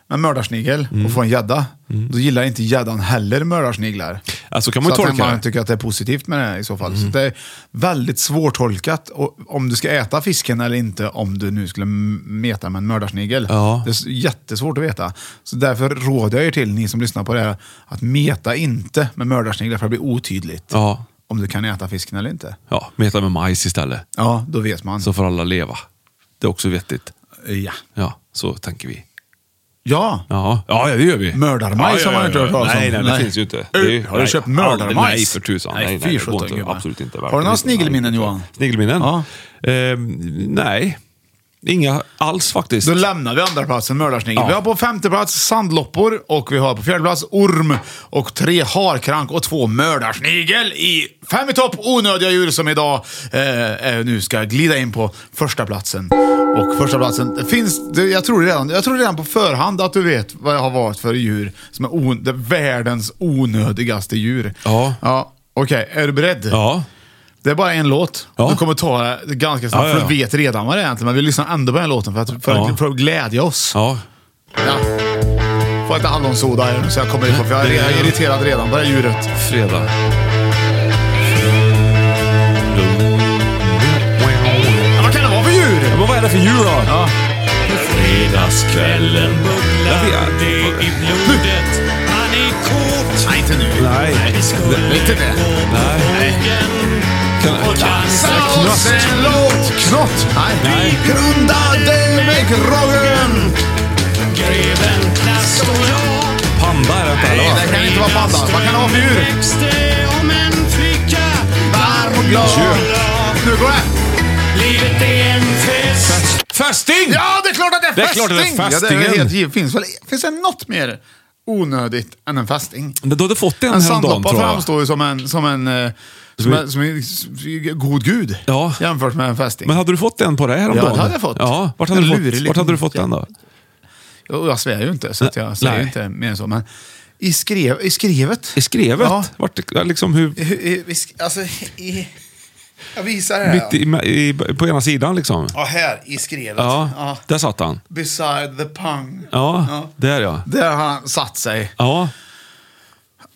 S2: med mördarsnigel
S1: Mm.
S2: och får en gädda, då gillar inte gäddan heller mördarsniglar.
S1: Ja, så kan man ju
S2: så
S1: tolka
S2: att man
S1: det. Mm.
S2: tycker att det är positivt med det här i så fall. Så det är väldigt svårtolkat och- om du ska äta fisken eller inte om du nu skulle m- meta med en mördarsnigel.
S1: Ja.
S2: Det är s- jättesvårt att veta. Så därför råder jag er till, ni som lyssnar på det här, att meta inte med mördarsniglar för det blir otydligt
S1: ja,
S2: om du kan äta fisken eller inte.
S1: ja, meta med majs istället.
S2: Ja, då vet man.
S1: Så får alla leva. Det är också vettigt.
S2: Ja.
S1: Ja, så tänker vi.
S2: ja.
S1: Ja, ja ja, det gör vi.
S2: Mördarmajs har man inte hört talas om.
S1: Nej, nej, det
S2: Nej.
S1: finns ju inte.
S2: Ur-
S1: Det är-
S2: har du
S1: nej,
S2: köpt
S1: aldrig-
S2: mördarmajs?
S1: Nej, för tusan.
S2: Nej,
S1: Nej, nej,
S2: fy
S1: det går
S2: sjutton,
S1: inte.
S2: gubbar.
S1: Absolut inte.
S2: Har du
S1: verkligen
S2: några
S1: inte.
S2: snigelminnen,
S1: Nej,
S2: Johan?
S1: Snigelminnen?
S2: Ja.
S1: Ehm, nej, inga alls faktiskt.
S2: Då lämnar vi andra platsen mördarsnigel.
S1: Ja.
S2: Vi har på femte plats sandloppor och vi har på fjärde plats orm och tre harkrank och två mördarsnigel i fem i topp onödiga djur som idag eh, eh, nu ska glida in på första platsen. Och första platsen det finns, det, jag tror redan, jag tror redan på förhand att du vet vad det har varit för djur som är on, det, världens onödigaste djur.
S1: Ja.
S2: ja. Och Okej, är du beredd?
S1: Ja.
S2: Det är bara en låt. Du kommer ta det ganska snabbt,
S1: Ja, ja, ja.
S2: för du vet redan vad det är egentligen. Men vi lyssnar ändå på den låten för att, för
S1: Ja.
S2: att, för att glädja oss.
S1: Ja.
S2: Får inte hallonsoda här nu så jag kommer ifrån, för jag är, jag är irriterad redan på det här djuret.
S1: Fredag.
S2: Ja, vad kan det vara för djur?
S1: Men vad är det för djur då?
S2: Ja.
S1: Fredagskvällen bubblar det i blodet.
S3: Han är kort.
S2: Nej, inte nu.
S1: Nej.
S2: Inte det.
S1: Nej. Kan,
S2: Dansa oss en låt, knott. Nej. Nej. Grundade med groggen.
S3: Greven, plast och jag
S1: panda är detta eller?
S2: Nej,
S1: vad?
S2: det kan inte vara panda. Vad kan det vara för djur?
S3: växte om en flicka
S2: Varm och glad.
S1: Djur.
S2: Nu går det.
S3: Livet är en fest
S1: Fästing!
S2: Ja, det är klart att det är
S1: Det är
S2: fästing!
S1: klart att det
S2: Ja,
S1: är
S2: det är
S1: fästingen.
S2: helt givet. Finns, väl, finns det något mer onödigt än en fästing?
S1: Men Du hade fått en
S2: En
S1: häromdagen
S2: sandloppa
S1: tror jag.
S2: framstår ju som en, som en, eh, som en, som en, god gud
S1: Ja.
S2: jämfört med en fästing.
S1: Men hade du fått en på dig häromdagen?
S2: Ja, det hade jag fått.
S1: Ja, vart hade,
S2: En
S1: du
S2: lurig
S1: fått,
S2: liten-
S1: vart hade du fått den då?
S2: Och jag svär ju inte, så att jag säger
S1: Nej.
S2: inte mer än så. Men i, skrev, i skrevet.
S1: I skrevet?
S2: Ja.
S1: Vart, liksom hur,
S2: I, i, i, sk- alltså, i, jag visar här.
S1: mitt i, i, på ena sidan liksom?
S2: Ja, här i skrevet.
S1: Ja,
S2: Ja.
S1: där satt han.
S2: Beside the pung.
S1: Ja, där ja.
S2: Där har han satt sig.
S1: Ja,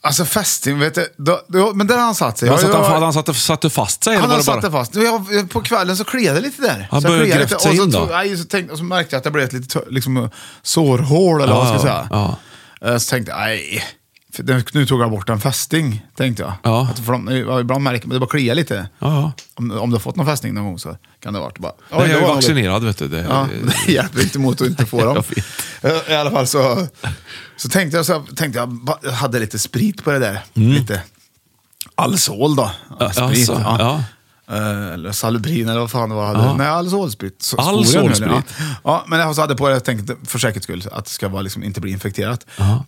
S2: Alltså fästing, vet du. Då, då, men där har han satt sig.
S1: men
S2: Jag-
S1: satt han,
S2: jag-
S1: hade han satte, satte fast sig? eller
S2: Han
S1: var
S2: har
S1: det bara-
S2: satt det fast. Jag, jag- på kvällen så kliade det lite där.
S1: Han
S2: så jag
S1: började
S2: kliade
S1: grävt
S2: lite,
S1: sig
S2: och så
S1: in då?
S2: tog- Nej, så, tänkte, och så märkte jag att det blev ett litet tö- liksom, sårhål eller vad man ska säga.
S1: Ja, ja.
S2: Eh, Så tänkte jag, nej. För den- Nu tog jag bort en fästing, tänkte jag.
S1: Ja.
S2: Att för de, ja, ibland märker man, det bara kliar lite.
S1: Ja,
S2: Om, om du har fått någon fästing någon gång så kan det ha varit bara...
S1: ja. Nej,
S2: det
S1: jag
S2: var
S1: är
S2: något.
S1: vaccinerad vet du. Det,
S2: Ja, men det hjälper inte mot att inte få dem.
S1: Jag vet.
S2: Eh, I alla fall så, så tänkte jag, så jag tänkte jag, ba- jag hade lite sprit på det där. Lite Alsol då.
S1: Mm. Ja,
S2: Sprit,
S1: alltså, ja.
S2: Eh, Eller Salubrin eller vad fan det var. jag hade.
S1: Ja.
S2: Nej, Alsolsprit. Så-
S1: Alsolsprit.
S2: svor jag nu, eller? Ja. ja, men jag så hade jag på det, jag tänkte för säkerhets skull, att det ska vara, liksom, inte bli infekterat.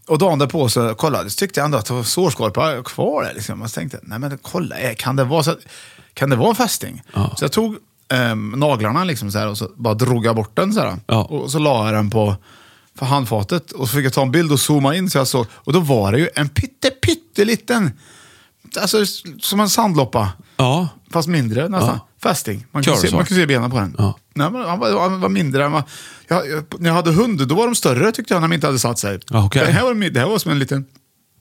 S2: Och dagen därpå så kollade, så tyckte jag ändå att det var sårskorpa kvar där. Liksom. Jag tänkte, nej men kolla, eh, kan det vara, så, kan det vara fästing? Så jag tog ehm, naglarna liksom så här, och så bara drog jag bort den så här.
S1: Ja.
S2: Och så la jag den på för handfatet och så fick jag ta en bild och zooma in så jag såg. Och då var det ju en pytte, pytteliten, alltså som en sandloppa.
S1: ja.
S2: Fast mindre nästan. Fästing. Man kunde,
S1: Kör
S2: se,
S1: så.
S2: man kunde se benen på den.
S1: Ja.
S2: Nej, men han, var, han var mindre. Han var, jag, jag, när jag hade hund, då var de större tyckte jag, när de inte hade satt sig.
S1: Ja, okej.
S2: det, här var, de- det här var som en liten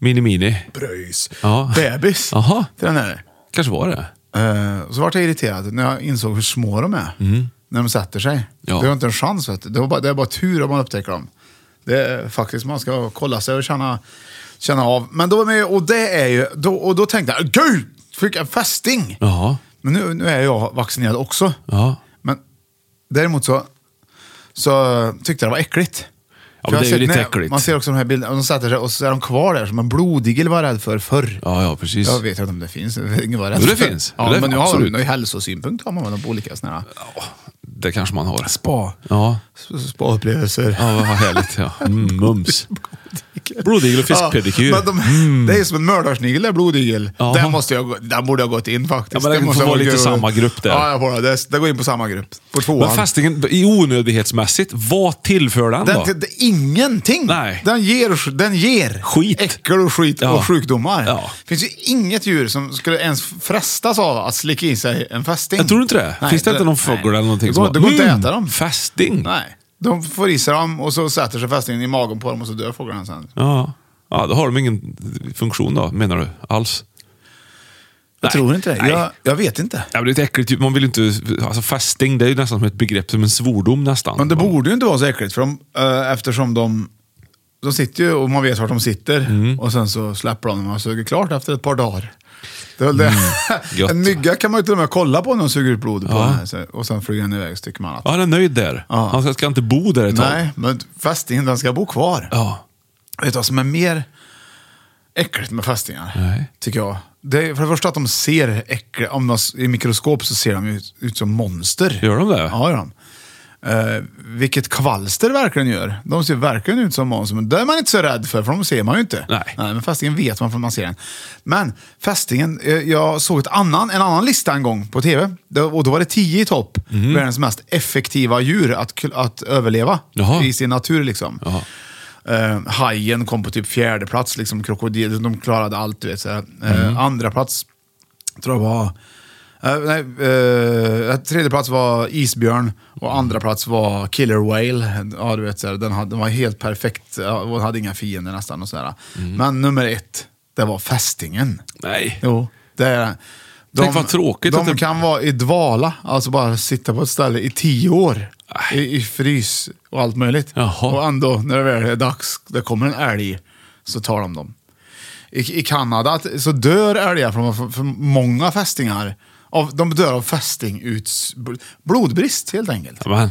S1: Mini-mini.
S2: bröjs.
S1: Ja.
S2: Bebis.
S1: Jaha.
S2: Till den här.
S1: Kanske var det.
S2: Eh, så vart jag irriterad när jag insåg hur små de är. När de sätter sig.
S1: Mm. Ja.
S2: Det är inte en chans. Vet du. Det, var bara, det är bara tur om man upptäcker dem. Det är faktiskt, man ska kolla sig och känna, känna av. Men då, är man ju- och det är ju, då, och då tänkte jag, gud! Fick jag en fästing!
S1: Ja.
S2: Men nu, nu är jag vaccinerad också.
S1: Ja.
S2: Men däremot så, så tyckte jag det var äckligt.
S1: Ja,
S2: För
S1: men
S2: jag
S1: det
S2: har
S1: är ju
S2: sett-
S1: lite
S2: nej,
S1: äckligt.
S2: Man ser också de här bilderna, och de sätter sig och så är de kvar där som en blodigel var rädd för förr.
S1: Ja, ja, precis.
S2: Jag vet inte om det finns. Ingen var rädd
S1: Jo, det
S2: för.
S1: finns.
S2: Ja,
S1: Det-
S2: men nu har
S1: absolut.
S2: de ju hälsosynpunkt har man väl på olika sådana
S1: Det kanske man har.
S2: Spa.
S1: Ja.
S2: här spa-upplevelser.
S1: Ja, vad härligt. Ja. Mm, mums. Blodigel och fiskpedikyr. Mm.
S2: Ja, men de, Det är ju som en mördarsnigel där, blodigel.
S1: Ja.
S2: Den, måste jag, gå- den borde jag gått in
S1: Ja,
S2: faktiskt.
S1: men det
S2: måste
S1: får
S2: jag gå-
S1: vara lite samma grupp där.
S2: Ja, jag får det. Det- Det går in på samma grupp. På tvåan.
S1: Men fästingen, i onödighetsmässigt, vad tillför den
S2: Den,
S1: då?
S2: till- det, ingenting!
S1: Nej.
S2: Den ger, den ger
S1: Skit.
S2: äckel och skit
S1: Ja.
S2: och sjukdomar.
S1: Ja.
S2: Det finns ju inget djur som skulle ens frestas av att slicka i sig en fästing.
S1: Jag tror inte det.
S2: Nej,
S1: Finns det inte någon fågel eller någonting
S2: Det går,
S1: som
S2: det går inte
S1: Mm,
S2: att äta dem.
S1: Fästing?
S2: Nej. De får i sig dem och så sätter sig fästingen i magen på dem och så dör fåglarna sen.
S1: Ja. ja, då har de ingen funktion då, menar du? Alls?
S2: Jag
S1: Nej.
S2: tror inte det.
S1: Nej.
S2: Jag, jag vet inte.
S1: Ja, men det är ett äckligt, man vill ju inte, alltså fästing det är ju nästan som ett begrepp, som en svordom nästan.
S2: Men det
S1: Man-
S2: borde ju inte vara så äckligt för de, eh, eftersom de, de sitter ju och man vet vart de sitter
S1: Mm.
S2: och sen så släpper de när man suger klart efter ett par dagar. Det är väl det.
S1: Mm. gött.
S2: en mygga kan man ju till och med kolla på när de suger ut blodet på den här, så- och sen flyger den iväg så tycker man att...
S1: Ja, han är nöjd där.
S2: Ja.
S1: Han ska- ska inte bo där ett tag.
S2: Nej, men fästingen den ska bo kvar.
S1: Ja.
S2: Vet du vad som är mer äckligt med fästingar?
S1: Nej.
S2: Tycker jag. Det är för det första att de ser äckliga, om man, s- i mikroskop så ser de ut, ut som monster.
S1: Gör de det?
S2: Ja, gör de. Eh, vilket kvalster verkligen gör. De ser verkligen ut som monster, men det är man inte så rädd för, för de ser man ju inte.
S1: Nej.
S2: men fästingen vet man för man ser den. Men fästingen, eh, jag såg ett annan, en annan lista en gång på tv. Det, och då var det tio i topp,
S1: Mhm.
S2: världens mest effektiva djur att, kul- att överleva
S1: Jaha.
S2: i sin natur. liksom.
S1: Jaha.
S2: Eh,
S1: Mm.
S2: hajen kom på typ fjärde plats, liksom krokodilen, de klarade allt. Du vet, så här. Eh, Andra plats tror jag var... Eh, nej, eh, tredje plats var Isbjörn och andra plats var Killer Whale. Ja, du vet, så här, den, hade, den var helt perfekt, ja, och hade inga fiender nästan. Och sådär.
S1: Mm.
S2: Men nummer ett, det var Fästingen.
S1: Nej.
S2: Jo, det är den. de,
S1: Tänk vad tråkigt
S2: De
S1: att det-
S2: kan vara i dvala, alltså bara sitta på ett ställe i tio år. I, I frys och allt möjligt. Och ändå, när det väl är dags, det kommer en älg, så tar de dem. I, i Kanada att- så dör älgar från för, för många fästingar. Av, de dör av fästinguts... bl- Blodbrist helt enkelt.
S1: Amen.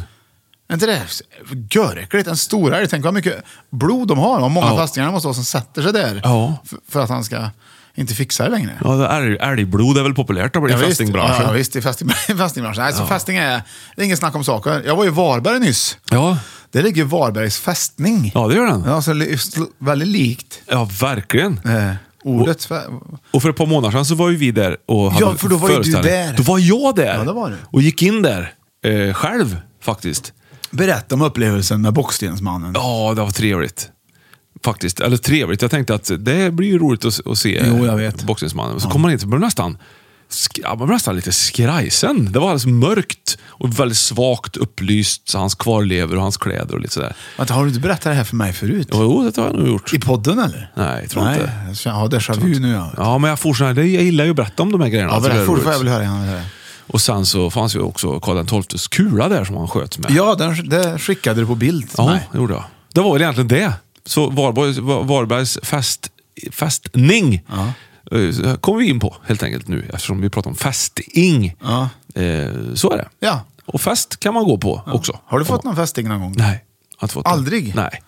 S2: Är inte det göräckligt? En stor älg, tänk vad mycket blod de har. Och många
S1: Ja.
S2: fästingar det måste vara som sätter sig där.
S1: Ja.
S2: För, för att han ska inte fixa det längre.
S1: Ja, det är, älgblod är väl populärt då, i
S2: Ja, visst.
S1: fästingbranschen?
S2: Ja, visst, i fästing, fästingbranschen. Nej, så
S1: Ja.
S2: fästing är, det är inget snack om saker. Jag var i Varberg nyss.
S1: Ja.
S2: Det ligger Varbergs fästning.
S1: Ja, det gör den.
S2: Ja, så li- sl- väldigt likt eh,
S1: Ja, verkligen.
S2: ordet. fä-
S1: Och för ett par månader sedan så var ju vi där och hade
S2: Ja, för då var ju du
S1: föreställning.
S2: där.
S1: Då var jag där.
S2: Ja, det var du.
S1: Och gick in där eh, själv faktiskt.
S2: Berätta om upplevelsen med Bockstensmannen.
S1: Ja, det var trevligt. Faktiskt. Eller trevligt. Jag tänkte att det blir ju roligt att, s- att se
S2: Jo, jag
S1: vet. Boxningsmannen. Så kom man in så blev man nästan, sk- ja, man blev nästan lite skrajsen. Det var alldeles mörkt och väldigt svagt upplyst. Så hans kvarlever och hans kläder och lite sådär.
S2: Vänta, har du inte berättat det här för mig förut?
S1: Jo, det har jag nog gjort.
S2: I podden eller?
S1: Nej, jag tror
S2: Nej,
S1: inte.
S2: jag känner- ja, déjà vu nu. Ja,
S1: Ja, men jag, får såna här, det- jag gillar ju att berätta om de här grejerna.
S2: ja
S1: Så det är
S2: berätta. Får, får jag väl
S1: roligt.
S2: höra igen. vill höra.
S1: Och sen så fanns ju också Karl XIIs kula där som han sköt med.
S2: Ja, den, det skickade du på bild till
S1: Ja,
S2: mig.
S1: det gjorde jag. Det var väl egentligen det. Så Varbergs, Var- Varbergs fest, festning eh, kommer vi in på helt enkelt nu eftersom vi pratar om festing. Eh, Så är det.
S2: Ja.
S1: Och fest kan man gå på också.
S2: Har du fått någon fästing någon gång?
S1: Nej, jag har inte fått det.
S2: Aldrig?
S1: Nej.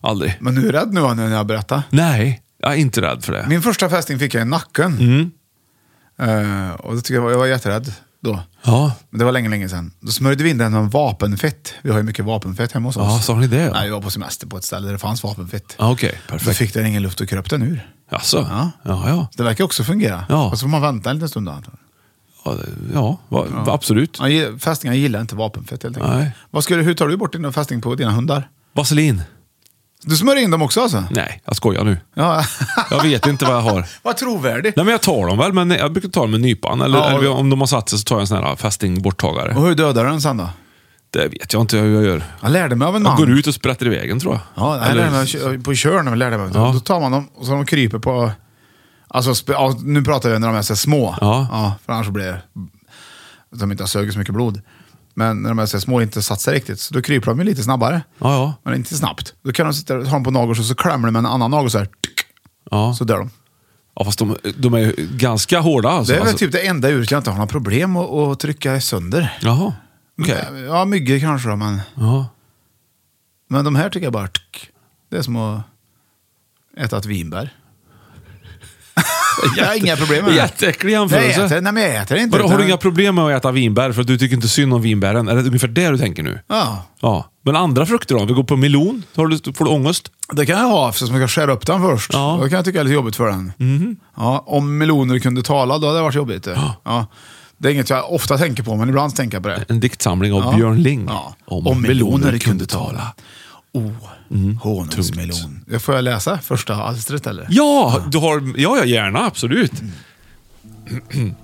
S1: Aldrig.
S2: Men du är rädd nu va, nu när jag berättar?
S1: Nej, jag är inte rädd för det.
S2: Min första fästing fick jag i nacken.
S1: Mm.
S2: Eh, och det tycker jag, var, jag var jätterädd då.
S1: Ja.
S2: Men det var länge, länge sedan. Då smörjde vi in den med vapenfett. Vi har ju mycket vapenfett hemma hos oss.
S1: Ja, sa ni det?
S2: Nej, vi var på semester på ett ställe där det fanns vapenfett.
S1: Ja, Okej,
S2: Då
S1: perfekt.
S2: fick den ingen luft och kröp den ur.
S1: Jaså?
S2: Ja.
S1: Ja, ja.
S2: Det verkar också fungera.
S1: Ja.
S2: Och så får man vänta en liten stund. då, antar jag.
S1: Ja, det- ja, va, va, absolut.
S2: Han gi- Fästingar gillar inte vapenfett helt enkelt.
S1: Nej.
S2: Vad skulle, hur tar du bort din fästing på dina hundar?
S1: Vaselin?
S2: Du smörjer in dem också alltså?
S1: Nej, jag skojar nu.
S2: Ja.
S1: Jag vet inte vad jag har.
S2: Vad trovärdig.
S1: Nej, men jag tar dem väl, men jag brukar ta dem med nypan. Eller,
S2: Ja.
S1: eller om de har satt sig så tar jag en sån här fästingborttagare.
S2: Och hur dödar du den sen då?
S1: Det vet jag inte hur jag gör.
S2: Jag lärde mig av en man.
S1: Jag går ut och sprätter i vägen tror jag.
S2: Ja, jag lärde mig på körn. Jag lärde mig.
S1: Ja.
S2: Då tar man dem och så de kryper på... Alltså, spe- ja, nu pratar vi när de är så här små.
S1: Ja.
S2: för annars blir det... att De inte har sugit så mycket blod. Men när de är så här små och inte satsar riktigt, så då kryper de ju lite snabbare.
S1: Ja, ja.
S2: Men inte snabbt. Då kan de sitta ha dem på nageln och så klämmer de med en annan nagel så här. Tick,
S1: Ja. Alltså,
S2: så dör de.
S1: ja, fast de, de är ju ganska hårda alltså.
S2: det är väl
S1: Alltså-
S2: typ det enda djuret jag inte har några problem att, att trycka sönder.
S1: Jaha, okej.
S2: Ja, myggor kanske då, men...
S1: Ja.
S2: Men de här tycker jag bara... Tsk, det är som att äta ett vinbär. jag har inga problem med det.
S1: Jätteäcklig
S2: Nej, jag
S1: jämförelse.
S2: äter, nej, men jag äter inte.
S1: Vadå, har du
S2: utan-
S1: inga problem med att äta vinbär för att du tycker inte synd om vinbären? Är det ungefär det du tänker nu?
S2: Ja,
S1: Ja. Men andra frukter då? Vi går på melon. Har du, får du ångest?
S2: det kan jag ha eftersom jag ska skära upp den först.
S1: Ja. Mhm.
S2: Då kan jag tycka är lite jobbigt för den. Ja, om meloner kunde tala, då hade det varit jobbigt. det. Ja. Det är inget jag ofta tänker på, men ibland tänker jag på det.
S1: En diktsamling av
S2: Ja.
S1: Björn Ling.
S2: Ja.
S1: Om, meloner, kunde tala. Mm.
S2: Oh, honungsmelon. Får jag läsa första alstret eller?
S1: Ja, du har, ja, ja, gärna. Absolut.
S2: Mm.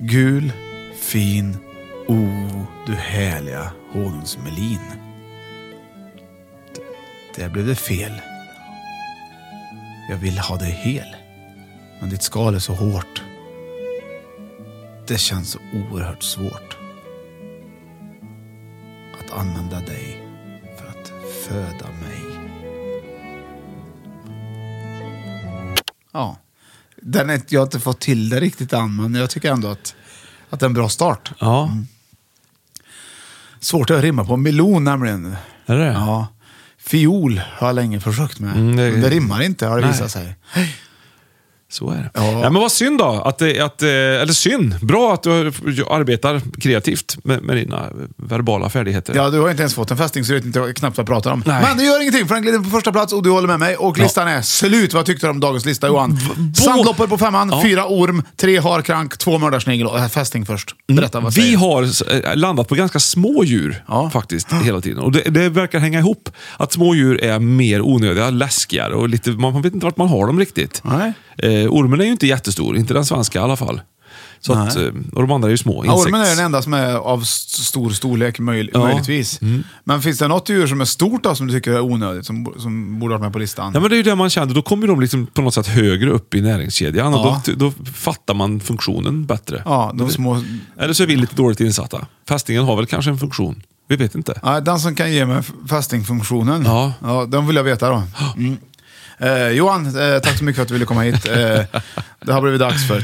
S2: Gul, fin, o oh, du härliga honungsmelin. D- Där blev det fel. Jag vill ha dig hel. Men ditt skal är så hårt. Det känns så oerhört svårt. Att använda dig för att föda mig. Ja. Den är, jag har inte fått till det riktigt än, men jag tycker ändå att, att det är en bra start.
S1: Ja,
S2: Mm. Svårt att rimma på melon nämligen.
S1: är det det?
S2: Ja. Fiol har jag länge försökt med.
S1: Mm, det-
S2: Men det rimmar inte har det
S1: Nej.
S2: visat sig.
S1: Så är det.
S2: Ja.
S1: Ja. men vad synd då. Att, det- att, eh, eller synd. Bra att du har- arbetar kreativt med, med dina verbala färdigheter.
S2: Ja, du har inte ens fått en fästing så du vet inte vad- knappt vad jag pratar om.
S1: Nej.
S2: Men det gör ingenting för den glider på första plats och du håller med mig. Och listan är slut. Vad tyckte du om dagens lista Johan? Sandloppor på femman,
S1: Ja.
S2: fyra orm, tre harkrank, två mördarsnigel och äh, fästing först. Berätta vad
S1: Mm. Vi
S2: säger du?
S1: har eh, landat på ganska små djur faktiskt hela tiden. Och det, det verkar hänga ihop. Att små djur är mer onödiga, läskigare och lite, man, man vet inte vart man har dem riktigt.
S2: Nej.
S1: Eh, Eh, ormen är ju inte jättestor, inte den svenska i alla fall. Så
S2: Nej.
S1: att, eh, och de andra är ju små.
S2: Ja,
S1: Insekts...
S2: ormen är den enda som är av s- stor storlek möj
S1: Ja. Mm.
S2: möjligtvis. Men finns det något djur som är stort då, som du tycker är onödigt, som, bo- som borde varit med på listan?
S1: Ja, men det är ju det man känner. Då kommer de liksom på något sätt högre upp i näringskedjan
S2: Ja.
S1: och då, då fattar man funktionen bättre.
S2: Ja, de små...
S1: Eller så är vi lite dåligt insatta. Fästingen har väl kanske en funktion. Vi vet inte.
S2: Ja, den som kan ge mig f- fästingfunktionen, ja. Ja, den vill jag veta då. Mm. Eh, Johan, eh, tack så mycket för att du ville komma hit. Eh, det har blivit dags för...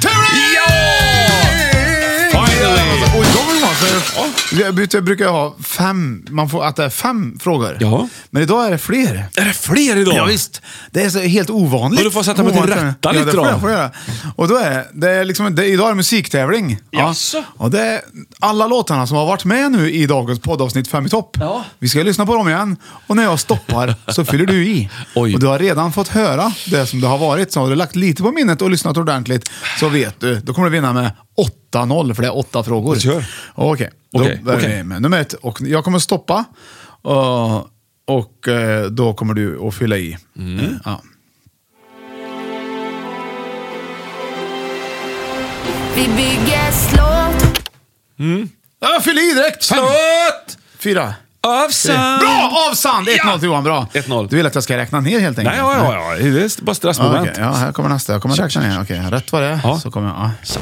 S2: Finally! Oj, de var ju bra, så- Jag brukar- brukar jag ha fem, man får att det är fem frågor. Men idag är det fler.
S1: Är det fler idag?
S2: Ja, visst. Det är så helt ovanligt.
S1: Och du får sätta mig till
S2: Ovanligt.
S1: rätta lite
S2: ja, det får
S1: då.
S2: jag, får jag göra. Och då är det är liksom, det, idag är det musiktävling.
S1: Jaså?
S2: Och det är alla låtarna som har varit med nu i dagens poddavsnitt Fem i topp. Ja. Vi ska lyssna på dem igen. Och när jag stoppar så fyller du i. Och du har redan fått höra det som det har varit. Så har du lagt lite på minnet och lyssnat ordentligt så vet du. Då kommer du vinna med 8-0 för det är åtta frågor. Kör. Okej, då
S1: Okej,
S2: börjar
S1: okej.
S2: vi med nummer ett. Och jag kommer stoppa. Och, och eh, då kommer du att fylla i.
S1: Mm.
S2: Eh, Ja.
S3: Vi bygger slott
S2: Ja, fyll i direkt! Slott! Fyra.
S1: Avsand!
S2: Bra! Avsand! 1-0 till Johan, bra. 1-0. Du vill att jag ska räkna ner helt enkelt?
S1: Nej, ja, ja, ja. Det är bara stressmoment.
S2: Ja, okej. Ja, här kommer nästa. Jag kommer räkna ner. Okej, rätt vad det är så kommer jag... Ja.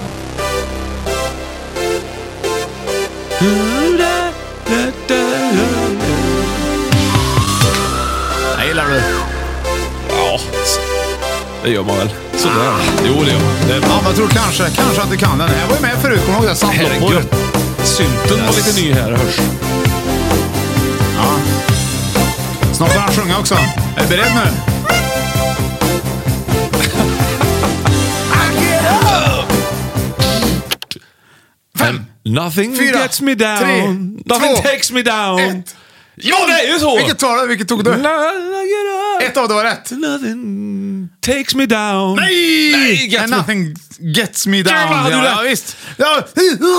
S2: Jag gillar det.
S1: Ja, det gör man väl. Sådär. Jo, det gör man. Det är bra.
S2: Ja, men jag tror kanske, kanske att du kan den. Den här var ju med förut. Kommer du ihåg det? Sandloppor.
S1: Herregud. Synten var lite ny här, hörs.
S2: Ja. Snart får han sjunga också. Är du beredd nu? Fem,
S1: Nothing
S2: fyra,
S1: gets me down.
S2: tre,
S1: Nothing
S2: två,
S1: takes me down.
S2: ett.
S1: Ja, det är ju så!
S2: Vilket tar du? Vilket tog du? Ett av det var rätt.
S1: Nothing takes me down.
S2: Nej!
S1: Nej gets
S2: And
S1: me-
S2: nothing gets me down.
S1: Jävlar, hade
S2: ja,
S1: du
S2: ja,
S1: rätt.
S2: visst. Ja,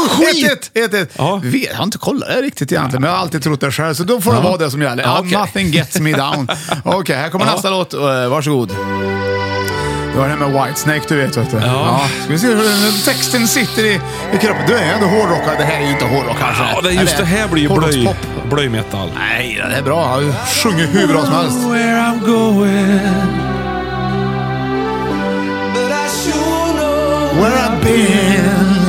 S1: Skit.
S2: 1-1, 1-1. Vi vet- Jag har inte kollat det riktigt egentligen, men jag har alltid trott det själv. Så då får det
S1: Ja.
S2: vara det som gäller. Ja,
S1: Ja, okej.
S2: Nothing gets me down. Okej, här kommer
S1: Ja.
S2: nästa låt. Eh, Varsågod. Det var det här med Whitesnake, du vet. vet du. Ja. Ska vi se hur den- texten sitter i, i kroppen. Du är ju ändå hårdrockare. Det här är ju inte hårdrock kanske.
S1: Ja, det, är just det
S2: Eller,
S1: här blir ju blöj,
S2: hårdrockspop.
S1: blöjmetall.
S2: Nej, det är bra. Han sjunger hur bra som helst.
S1: Where I'm going.
S2: Where I've been.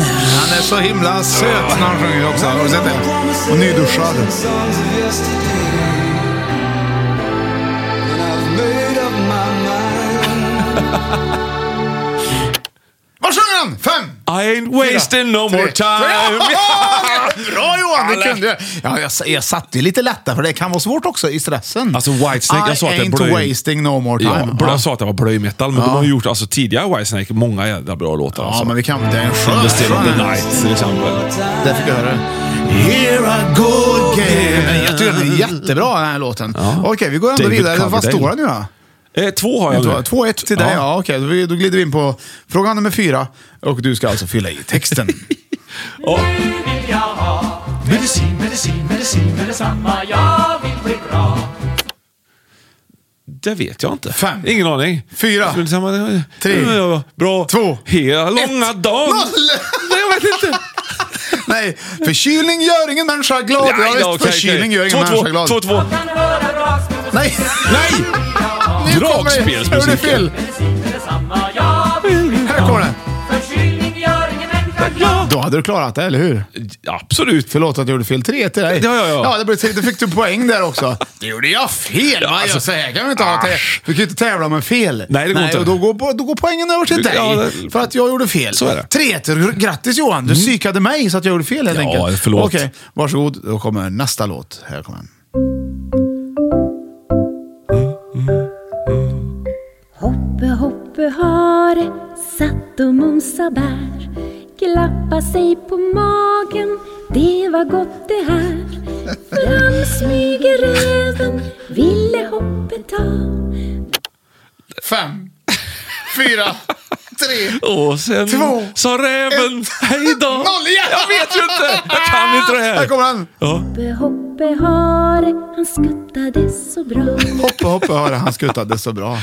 S2: Han är så himla söt när han sjunger också. Har du sett det? Och nyduschad. Vad sjunger han? Fem!
S1: I ain't wasting no more time.
S2: Bra Johan, det
S1: Alla.
S2: kunde jag. Ja, jag, sa- jag satte ju lite lättare för det kan vara svårt också i stressen.
S1: Alltså Whitesnake, jag sa att
S2: I
S1: det är
S2: ain't
S1: blöj.
S2: wasting no more
S1: Ja,
S2: time.
S1: bl- jag sa att det var blöjmetall, men
S2: Ja.
S1: de har ju gjort alltså, tidigare Whitesnake många jävla bra låtar.
S2: Ja,
S1: alltså.
S2: men vi kan... Det är en skön...
S1: The Still of the
S2: skön-
S1: Night till exempel.
S2: Där fick jag höra det. Here I go again. Jag tycker den är jättebra den här låten. Okej, vi går ändå
S1: David
S2: vidare. Vad
S1: Coverdale.
S2: står det nu då?
S1: Eh, två har jag nu.
S2: 2-1 till dig.
S1: Ja.
S2: Ja. okej. Då vi- Då glider vi in på fråga nummer fyra. Och du ska alltså fylla i texten.
S5: vill jag ha Medicin, medicin, medicin med detsamma Jag vill bli bra
S1: Det vet jag inte.
S2: Fem.
S1: Ingen aning.
S2: Fyra.
S1: Skulle samma-
S2: Tre.
S1: eh, Ja, Bra.
S2: Två.
S1: Hela långa dagen.
S2: Noll!
S1: Nej, jag vet inte.
S2: Nej, förkylning gör ingen människa glad. Ja,
S1: Nej,
S2: visst,
S1: då, okej,
S2: förkylning
S1: okej.
S2: gör ingen
S1: Två, två,
S2: människa glad.
S1: Två, två.
S5: Kan höra dragspelsmusik
S2: Nej!
S1: Nej!
S2: Nu kommer-
S1: Dragspelsmusiken.
S2: Hörde fel.
S5: Medicin med detsamma Jag vill bli
S2: Här kommer den.
S5: Förkylning gör ingen människa glad
S2: Då hade du klarat det, eller hur?
S1: Absolut.
S2: Förlåt att jag gjorde fel. 3 till dig.
S1: Ja, ja, ja.
S2: ja det blev tre. Då fick du poäng där också. Det gjorde jag fel! Man
S1: alltså-
S2: gör så här kan vi inte ha. tä-
S1: Asch.
S2: Vi kan ju inte tävla med fel.
S1: Nej, det går inte.
S2: Och då, går, po- då går poängen över till dig.
S1: Ja, det-
S2: För att jag gjorde fel.
S1: Så är det. Mm.
S2: 3 till. Grattis Johan! Du psykade mig så att jag gjorde fel helt
S1: Ja,
S2: enkelt.
S1: förlåt.
S2: Okej, varsågod. Då kommer nästa låt. Här kommer den.
S4: Hoppe, hoppe hare, satt och mosa bär. Klappa sig på magen, det var gott det här. Fram smyger räven, ville hoppe ta.
S2: Fem, fyra, tre,
S1: Och sen
S2: Två.
S1: sa räven hej då.
S2: noll igen!
S1: Jag vet ju inte. Jag kan inte det
S2: Här
S1: här.
S2: kommer den.
S1: Ja.
S4: Hoppe, hoppe hoppe hare, han skuttade så bra.
S2: Hoppa, hoppa, hare, han skuttade så bra.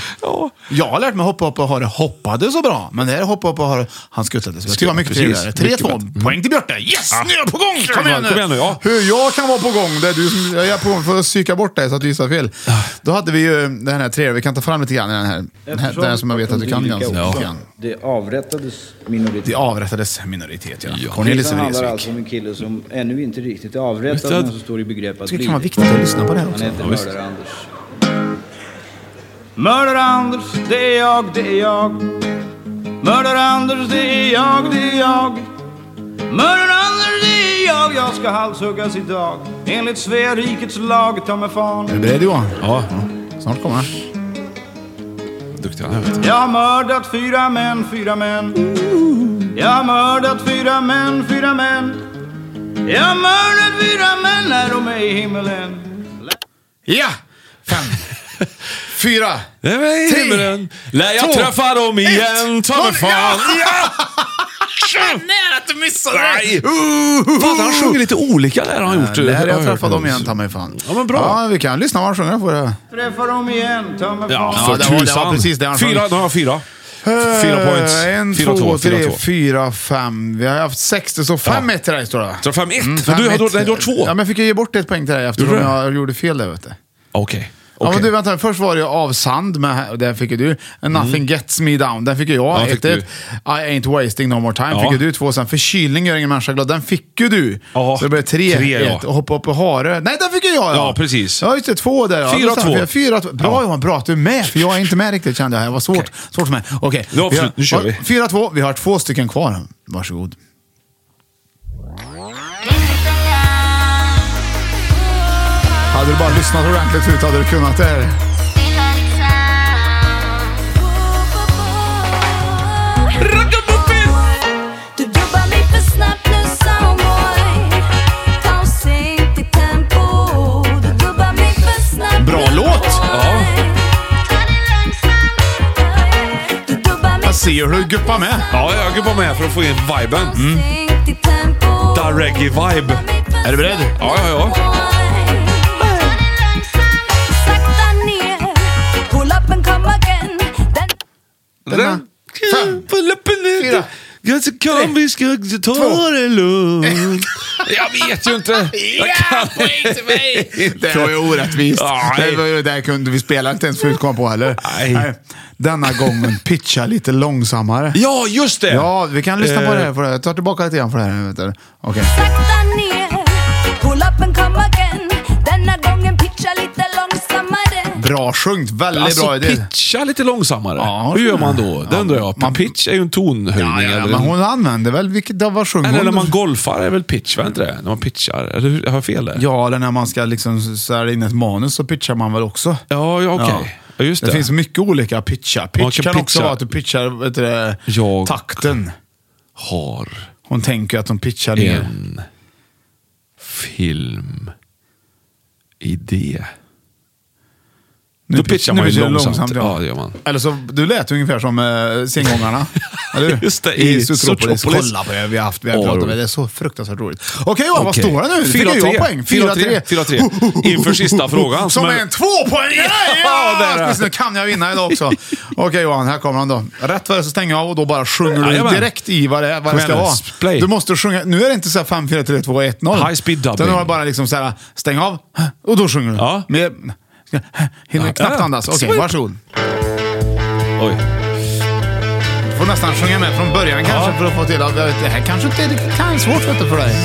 S2: Jag har lärt mig hoppa, hoppa, hare, hoppade så bra. Men det här är hoppa, hoppa, hare, han skuttade så bra. Det tycker jag var mycket Mm.
S1: Precis.
S2: trevligare. 3-2.
S1: Mycket
S2: Poäng till Björte. Yes!
S1: Ja.
S2: Nu är jag på gång! Kom
S1: Kom
S2: igen nu!
S1: igen nu, ja.
S2: Hur jag kan vara på gång. Det är du som, jag är på gång för att psyka bort dig så att du gissar fel. Då hade vi ju den här trevliga. Vi kan ta fram lite grann i den här. Den här, den här som jag vet att du kan ganska mycket grann.
S8: Det avrättades minoritet.
S2: Det avrättades minoritet, ja. Cornelis
S8: Resan handlar
S2: Vreeswijk.
S8: alltså om en kille som ännu inte riktigt är avrättad,
S2: Visst,
S8: men som står i begrepp att
S2: Det
S8: bli
S2: kan vara viktigt att lyssna på det här också.
S8: Han heter
S2: Ja, visst.
S8: Mördare Anders. Mördare Anders, det är jag, det är jag. Mördare Anders, det är jag, det är jag. Mördare Anders, det är jag. Jag ska halshuggas idag. Enligt Sverigets lag, ta mig fan.
S2: Är du beredd Johan? Ja. Snart kommer han. Duktig han är. vet du.
S8: Jag har mördat fyra män, fyra män. Jag har mördat fyra män, fyra män. Jag har mördat fyra män, är de är i himmelen.
S2: Ja! Fem, fyra,
S1: Det var i
S2: Tre,
S1: himlen. Lär
S2: två,
S1: jag träffa dem igen, ta mig
S2: noll.
S1: fan.
S2: Ja! Nära att du missade
S1: Nej.
S2: Uh,
S1: Fan, han sjunger lite olika där har han gjort.
S2: Lär jag
S1: hört.
S2: träffa dem igen, ta mig fan. Ja, men
S1: bra.
S2: Ja, vi kan lyssna vad han sjunger på det.
S8: Träffar dem igen, ta mig
S1: Ja,
S8: fan.
S1: för
S2: det var- det var
S1: tusan.
S2: precis det han sjöng.
S1: Fyra, då har jag fyra. Fyra points.
S2: Eh, En,
S1: Fyra,
S2: två,
S1: två, fyra,
S2: tre,
S1: två.
S2: fyra, fem. Vi har haft sex, det står fem ett till dig står det.
S1: Så fem, ett?
S2: Mm,
S1: Men du,
S2: fem,
S1: du,
S2: ett.
S1: nej, du har två.
S2: Ja, men jag fick ju ge bort ett poäng till dig eftersom
S1: Gjorde du?
S2: jag gjorde fel där vet du.
S1: Okej.
S2: Ja, men
S1: Okej.
S2: du, vänta, först var det ju Av sand, med, och den fick ju du. And Nothing gets me down, den fick ju jag.
S1: Mm. Ja,
S2: ett,
S1: fick
S2: ett.
S1: du.
S2: I ain't wasting no more time
S1: Ja.
S2: fick ju du. Två, sen Förkylning gör ingen människa glad, den fick ju du.
S1: Ja.
S2: Så det blev tre,
S1: Tre, ja.
S2: ett. Och Hoppa upp och hare, nej den fick ju jag. Ja,
S1: Ja, precis.
S2: Ja, just det. Två där. Ja.
S1: Fyra,
S2: Just det,
S1: två.
S2: fyra, Fyra, två. Bra Johan, bra att du är med. För jag är inte med riktigt kände jag. Det var svårt, svårt för mig. Okej.
S1: Det var
S2: vi har-
S1: absolut. Nu kör vi.
S2: Fyra, två. Vi har två stycken kvar. Varsågod. Hade du bara lyssnat ordentligt ut hade du kunnat det här.
S3: Du dubbar mig för snabbt nu soundboy Ta och sänk ditt tempo Du dubbar mig för snabbt
S2: Bra
S3: nu,
S2: låt.
S3: boy.
S1: Ja.
S3: Du dubbar mig
S2: Jag ser hur du guppar med.
S1: Ja, jag kan vara med för att få in viben. Mm.
S3: Sänk ditt tempo
S1: Da reggae-vibe.
S2: Är du beredd?
S1: Ja, ja, ja.
S3: Sakta ner Pull up and come again Den
S2: Den- Fem, fyra,
S1: Jag ska kom, vi ska ta det lugnt. Jag vet ju inte. Jag kan
S2: Det var ju orättvist.
S1: Nej.
S2: Det, var ju, det här kunde vi spela inte ens förut komma på heller.
S1: Nej.
S2: Denna gången pitcha lite långsammare.
S1: Ja, just det!
S2: Ja, vi kan lyssna på
S1: Eh.
S2: det här. För det. Jag tar tillbaka lite grann för det här. Vet du. Okej.
S3: sakta ner Pull up and come again Denna gången pitcha lite långsammare
S2: Bra sjungt. Väldigt bra
S1: Alltså
S2: idé.
S1: pitcha lite långsammare.
S2: Ja,
S1: Hur gör
S2: så.
S1: man då? Det undrar jag.
S2: man-
S1: pitch är ju en
S2: Ja,
S1: tonhöjning.
S2: ja,
S1: eller
S2: men
S1: en-
S2: hon använde väl, vilket, det var sjung
S1: eller
S2: hon?
S1: när man golfar är väl pitch, va? Inte det? När man pitchar. Eller hur- har jag fel där?
S2: Ja, eller när man ska liksom sälja in ett manus så pitchar man väl också.
S1: ja, ja okej.
S2: Ja.
S1: Ja. just det.
S2: Det finns mycket olika pitchar. Pitch
S1: Man
S2: kan,
S1: kan
S2: också
S1: pitcha.
S2: vara att du pitchar vet du, det,
S1: Jag-
S2: takten.
S1: Har
S2: Hon tänker att hon pitchar ner.
S1: en film idé. Då
S2: pitch-
S1: pitchar man ju
S2: pitchar du
S1: långsamt. Ja, det gör man.
S2: Eller så, du lät ungefär som eh, sengångarna. Eller hur?
S1: Just det,
S2: I,
S1: i
S2: Sotropolis.
S1: Sotropolis.
S2: Kolla på det, vi har, haft, vi har
S1: Ja,
S2: pratat om det.
S1: roligt.
S2: Det är så fruktansvärt roligt. Okej Johan, vad
S1: Okej.
S2: står det nu? Det fick ju jag
S1: 4-3.
S2: poäng.
S1: 4-3. 4-3. Inför sista frågan,
S2: Som
S1: som
S2: är
S1: är-
S2: en tvåpoängare!
S1: Ja, det är
S2: Ja!
S1: det.
S2: Nu kan jag vinna idag också. Okej Johan, här kommer han då. Rätt vad det är så stänger jag av och då bara sjunger du
S1: Jajamän.
S2: direkt i vad det, är- vad det
S1: Kom
S2: ska
S1: igen nu,
S2: vara.
S1: play.
S2: Du måste sjunga. Nu är det inte så här 5, 4, 3, 2, 1, 0.
S1: High speed dubbing.
S2: Utan nu var det bara liksom så här, stäng av och då sjunger du.
S1: Ja.
S2: Med, hinner
S1: Ja.
S2: knappt andas. Okej,
S1: Sweet.
S2: varsågod.
S1: Oj.
S2: Får nästan sjunga med från början kanske för att få till att jag vet, det här kanske inte är riktigt kan svårt vet du, för dig.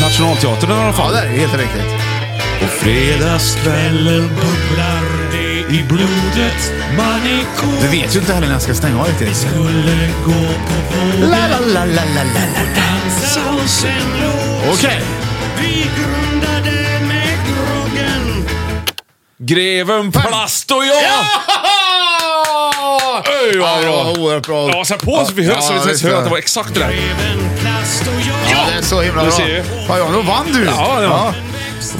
S1: Nationalteatern i alla
S2: Ja,
S1: fall.
S2: det är ju helt riktigt.
S1: På fredagskvällen bubblar det i blodet. Man är
S2: Du vet ju inte heller när jag ska stänga av riktigt. Okej.
S1: Greven Plast och jag!
S2: Ja!
S1: Öj, vad bra.
S2: Ja, oerhört bra.
S1: Ja, sen på så vi hör, så vi
S2: visst,
S1: så hör att det var exakt det där.
S2: Ja, det är så himla
S1: Du
S2: bra.
S1: ser ju.
S2: Fan, ja, då vann du.
S1: Ja, det var-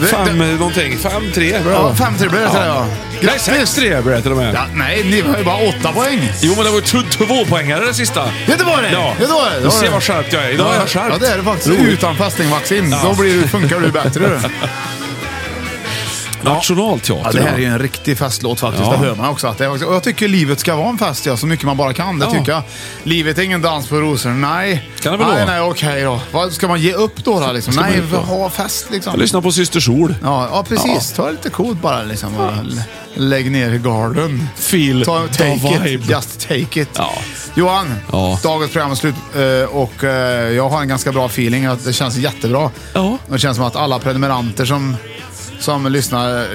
S2: Det-
S1: Fem
S2: det-
S1: eh, någonting. Fem, tre blev det,
S2: Ja,
S1: va?
S2: fem, tre blev det, tror jag.
S1: Nej, sex, tre blev det till och med.
S2: Ja, nej, ni har ju bara åtta poäng.
S1: Jo, men det var ju t- tvåpoängare det sista.
S2: Ja, det var det.
S1: Ja.
S2: Ja, det var det. Det
S1: Du
S2: var det.
S1: ser vad skärpt jag är. Idag är jag skärpt.
S2: Ja, det är det faktiskt.
S1: Roligt.
S2: Utan fästingvaccin,
S1: Ja.
S2: då blir, du- funkar du bättre. du.
S1: Nationalteatern.
S2: Ja, det här är ju en riktig festlåt faktiskt.
S1: Ja.
S2: Det hör man också. Att det är, och jag tycker livet ska vara en fest ja, så mycket man bara kan. Det
S1: Ja.
S2: tycker jag. Livet är ingen dans på rosor. Nej.
S1: Kan det väl
S2: nej,
S1: vara?
S2: nej, okej då. Vad, ska man ge upp då? då liksom?
S1: Ska man
S2: Nej,
S1: ge upp då?
S2: ha fest liksom.
S1: Jag lyssnar på Syster Sol.
S2: Ja, ja precis. Ta det lite coolt bara liksom. Och l- Lägg ner garden.
S1: Feel
S2: Ta,
S1: the
S2: take it.
S1: vibe.
S2: Just take it. Johan,
S1: Ja.
S2: dagens program är slut eh, och eh, jag har en ganska bra feeling. att Det känns jättebra.
S1: Ja.
S2: Det känns som att alla prenumeranter som, som lyssnar eh,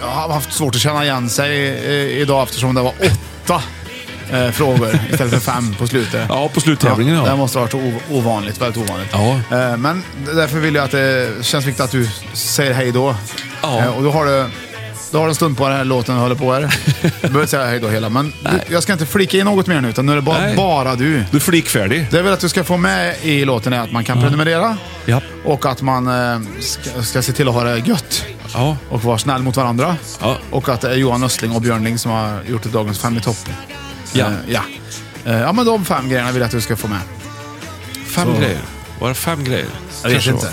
S2: har haft svårt att känna igen sig eh, idag eftersom det var åtta eh, frågor istället för fem på slutet.
S1: Ja, på sluttävlingen
S2: Det
S1: ja.
S2: måste ha varit o- ovanligt, väldigt ovanligt.
S1: Ja.
S2: Eh, Men därför vill jag att det känns viktigt att du säger hej då.
S1: Ja.
S2: Eh, Och då har du, då har du en stund på den här låten du håller på här. Du behöver inte säga hej då hela, men du, jag ska inte flika in något mer nu, utan nu är det bara,
S1: Nej.
S2: bara du.
S1: Du är flikfärdig.
S2: Det jag vill att du ska få med i låten är att man kan prenumerera
S1: Ja.
S2: och att man eh, ska, ska se till att ha det gött
S1: Ja.
S2: och vara snäll mot varandra.
S1: Ja.
S2: Och att det är Johan Östling och Björn Ling som har gjort dagens Fem i topp.
S1: Ja.
S2: Eh, ja. Eh, ja, men de fem grejerna vill jag att du ska få med.
S1: Fem
S2: Så.
S1: grejer. Var det fem grejer?
S2: Jag vet
S1: Kanske
S2: inte.
S1: var.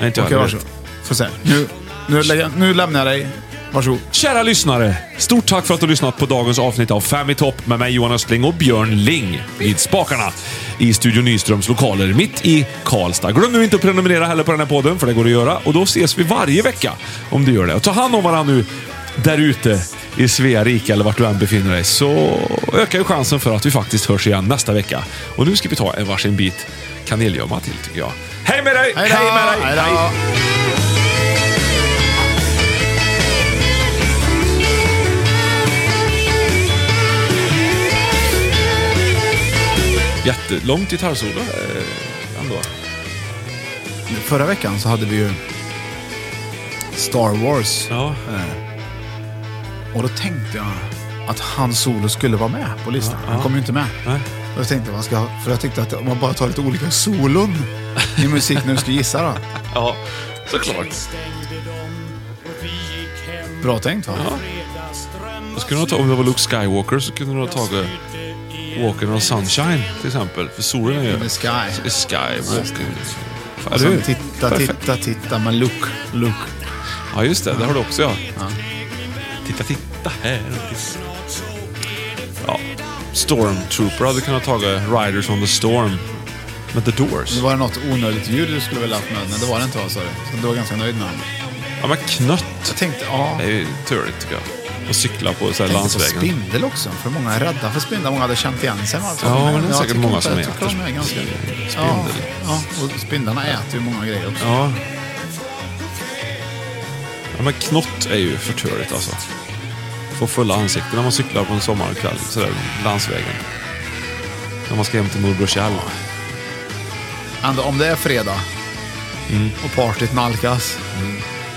S1: Nej, inte jag.
S2: Okej,
S1: jag.
S2: varsågod. Får se. Nu, nu, lägger- nu lämnar jag dig. Varsågod.
S1: Kära lyssnare! Stort tack för att du har lyssnat på dagens avsnitt av Fem i topp med mig Johan Östling och Björn Ling vid spakarna i Studio Nyströms lokaler mitt i Karlstad. Glöm nu inte att prenumerera heller på den här podden, för det går att göra. Och då ses vi varje vecka om du gör det. Och ta hand om varandra nu där ute i Svea rike eller vart du än befinner dig så ökar ju chansen för att vi faktiskt hörs igen nästa vecka. Och nu ska vi ta en varsin bit kanelgömma till tycker jag. Hej med dig!
S2: Hej då!
S1: med dig!
S2: Hej då!
S1: Jättelångt gitarrsolo eh, ändå.
S2: Förra veckan så hade vi ju Star Wars.
S1: Ja.
S2: Och då tänkte jag att hans solo skulle vara med på listan. Han kom ju inte med.
S1: Nej.
S2: Och Jag tänkte man ska, för jag tyckte att om man bara tar lite olika solon i musik när du ska gissa då.
S1: Ja, såklart.
S2: Bra tänkt va?
S1: Då skulle du ha tagit, om det var Luke Skywalker så kunde du ha tagit Walking on Sunshine till exempel. För solen är ju...
S2: In the sky.
S1: Is Skywalking. Fan,
S2: Och
S1: eller
S2: sen
S1: hur?
S2: titta,
S1: Perfekt.
S2: titta, titta med look, look.
S1: Ja, just det. Det har du också ja. Titta, titta här. Ja. Stormtrooper hade kunnat ha tagit Riders on the Storm med The Doors.
S2: Det var något onödigt ljud du skulle vilja haft med, men det var det inte va? sa du? Så du var ganska nöjd med honom.
S1: Ja, men knött.
S2: Jag tänkte, ja.
S1: Det är ju törligt tycker jag. Att cykla på så här
S2: Jag tänkte på
S1: landsvägen.
S2: spindel också, för många är rädda för spindlar. Många hade känt igen sig med allt.
S1: Ja, men det är
S2: Jag
S1: säkert
S2: tycker
S1: många
S2: inte-
S1: som
S2: jag tycker
S1: äter
S2: de är ganska-
S1: spindel.
S2: Ja, ja, och spindlarna äter ju många grejer också.
S1: Ja. ja men knott är ju förtörligt alltså. Få fulla ansikten när man cyklar på en sommarkväll sådär landsvägen. När man ska hem till morbror Kjell.
S2: Ändå, om det är fredag och partyt nalkas,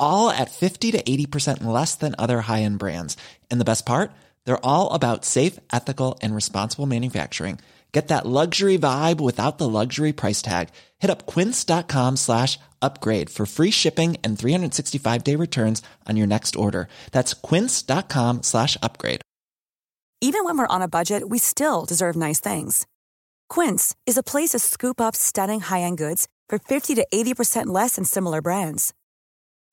S9: all at 50 to 80% less than other high end brands. And the best part? They're all about safe, ethical, and responsible manufacturing. Get that luxury vibe without the luxury price tag. Hit up quince.com slash upgrade for free shipping and 365-day returns on your next order. That's quince.com slash upgrade.
S10: Even when we're on a budget, we still deserve nice things. Quince is a place to scoop up stunning high-end goods for 50 to 80% less than similar brands.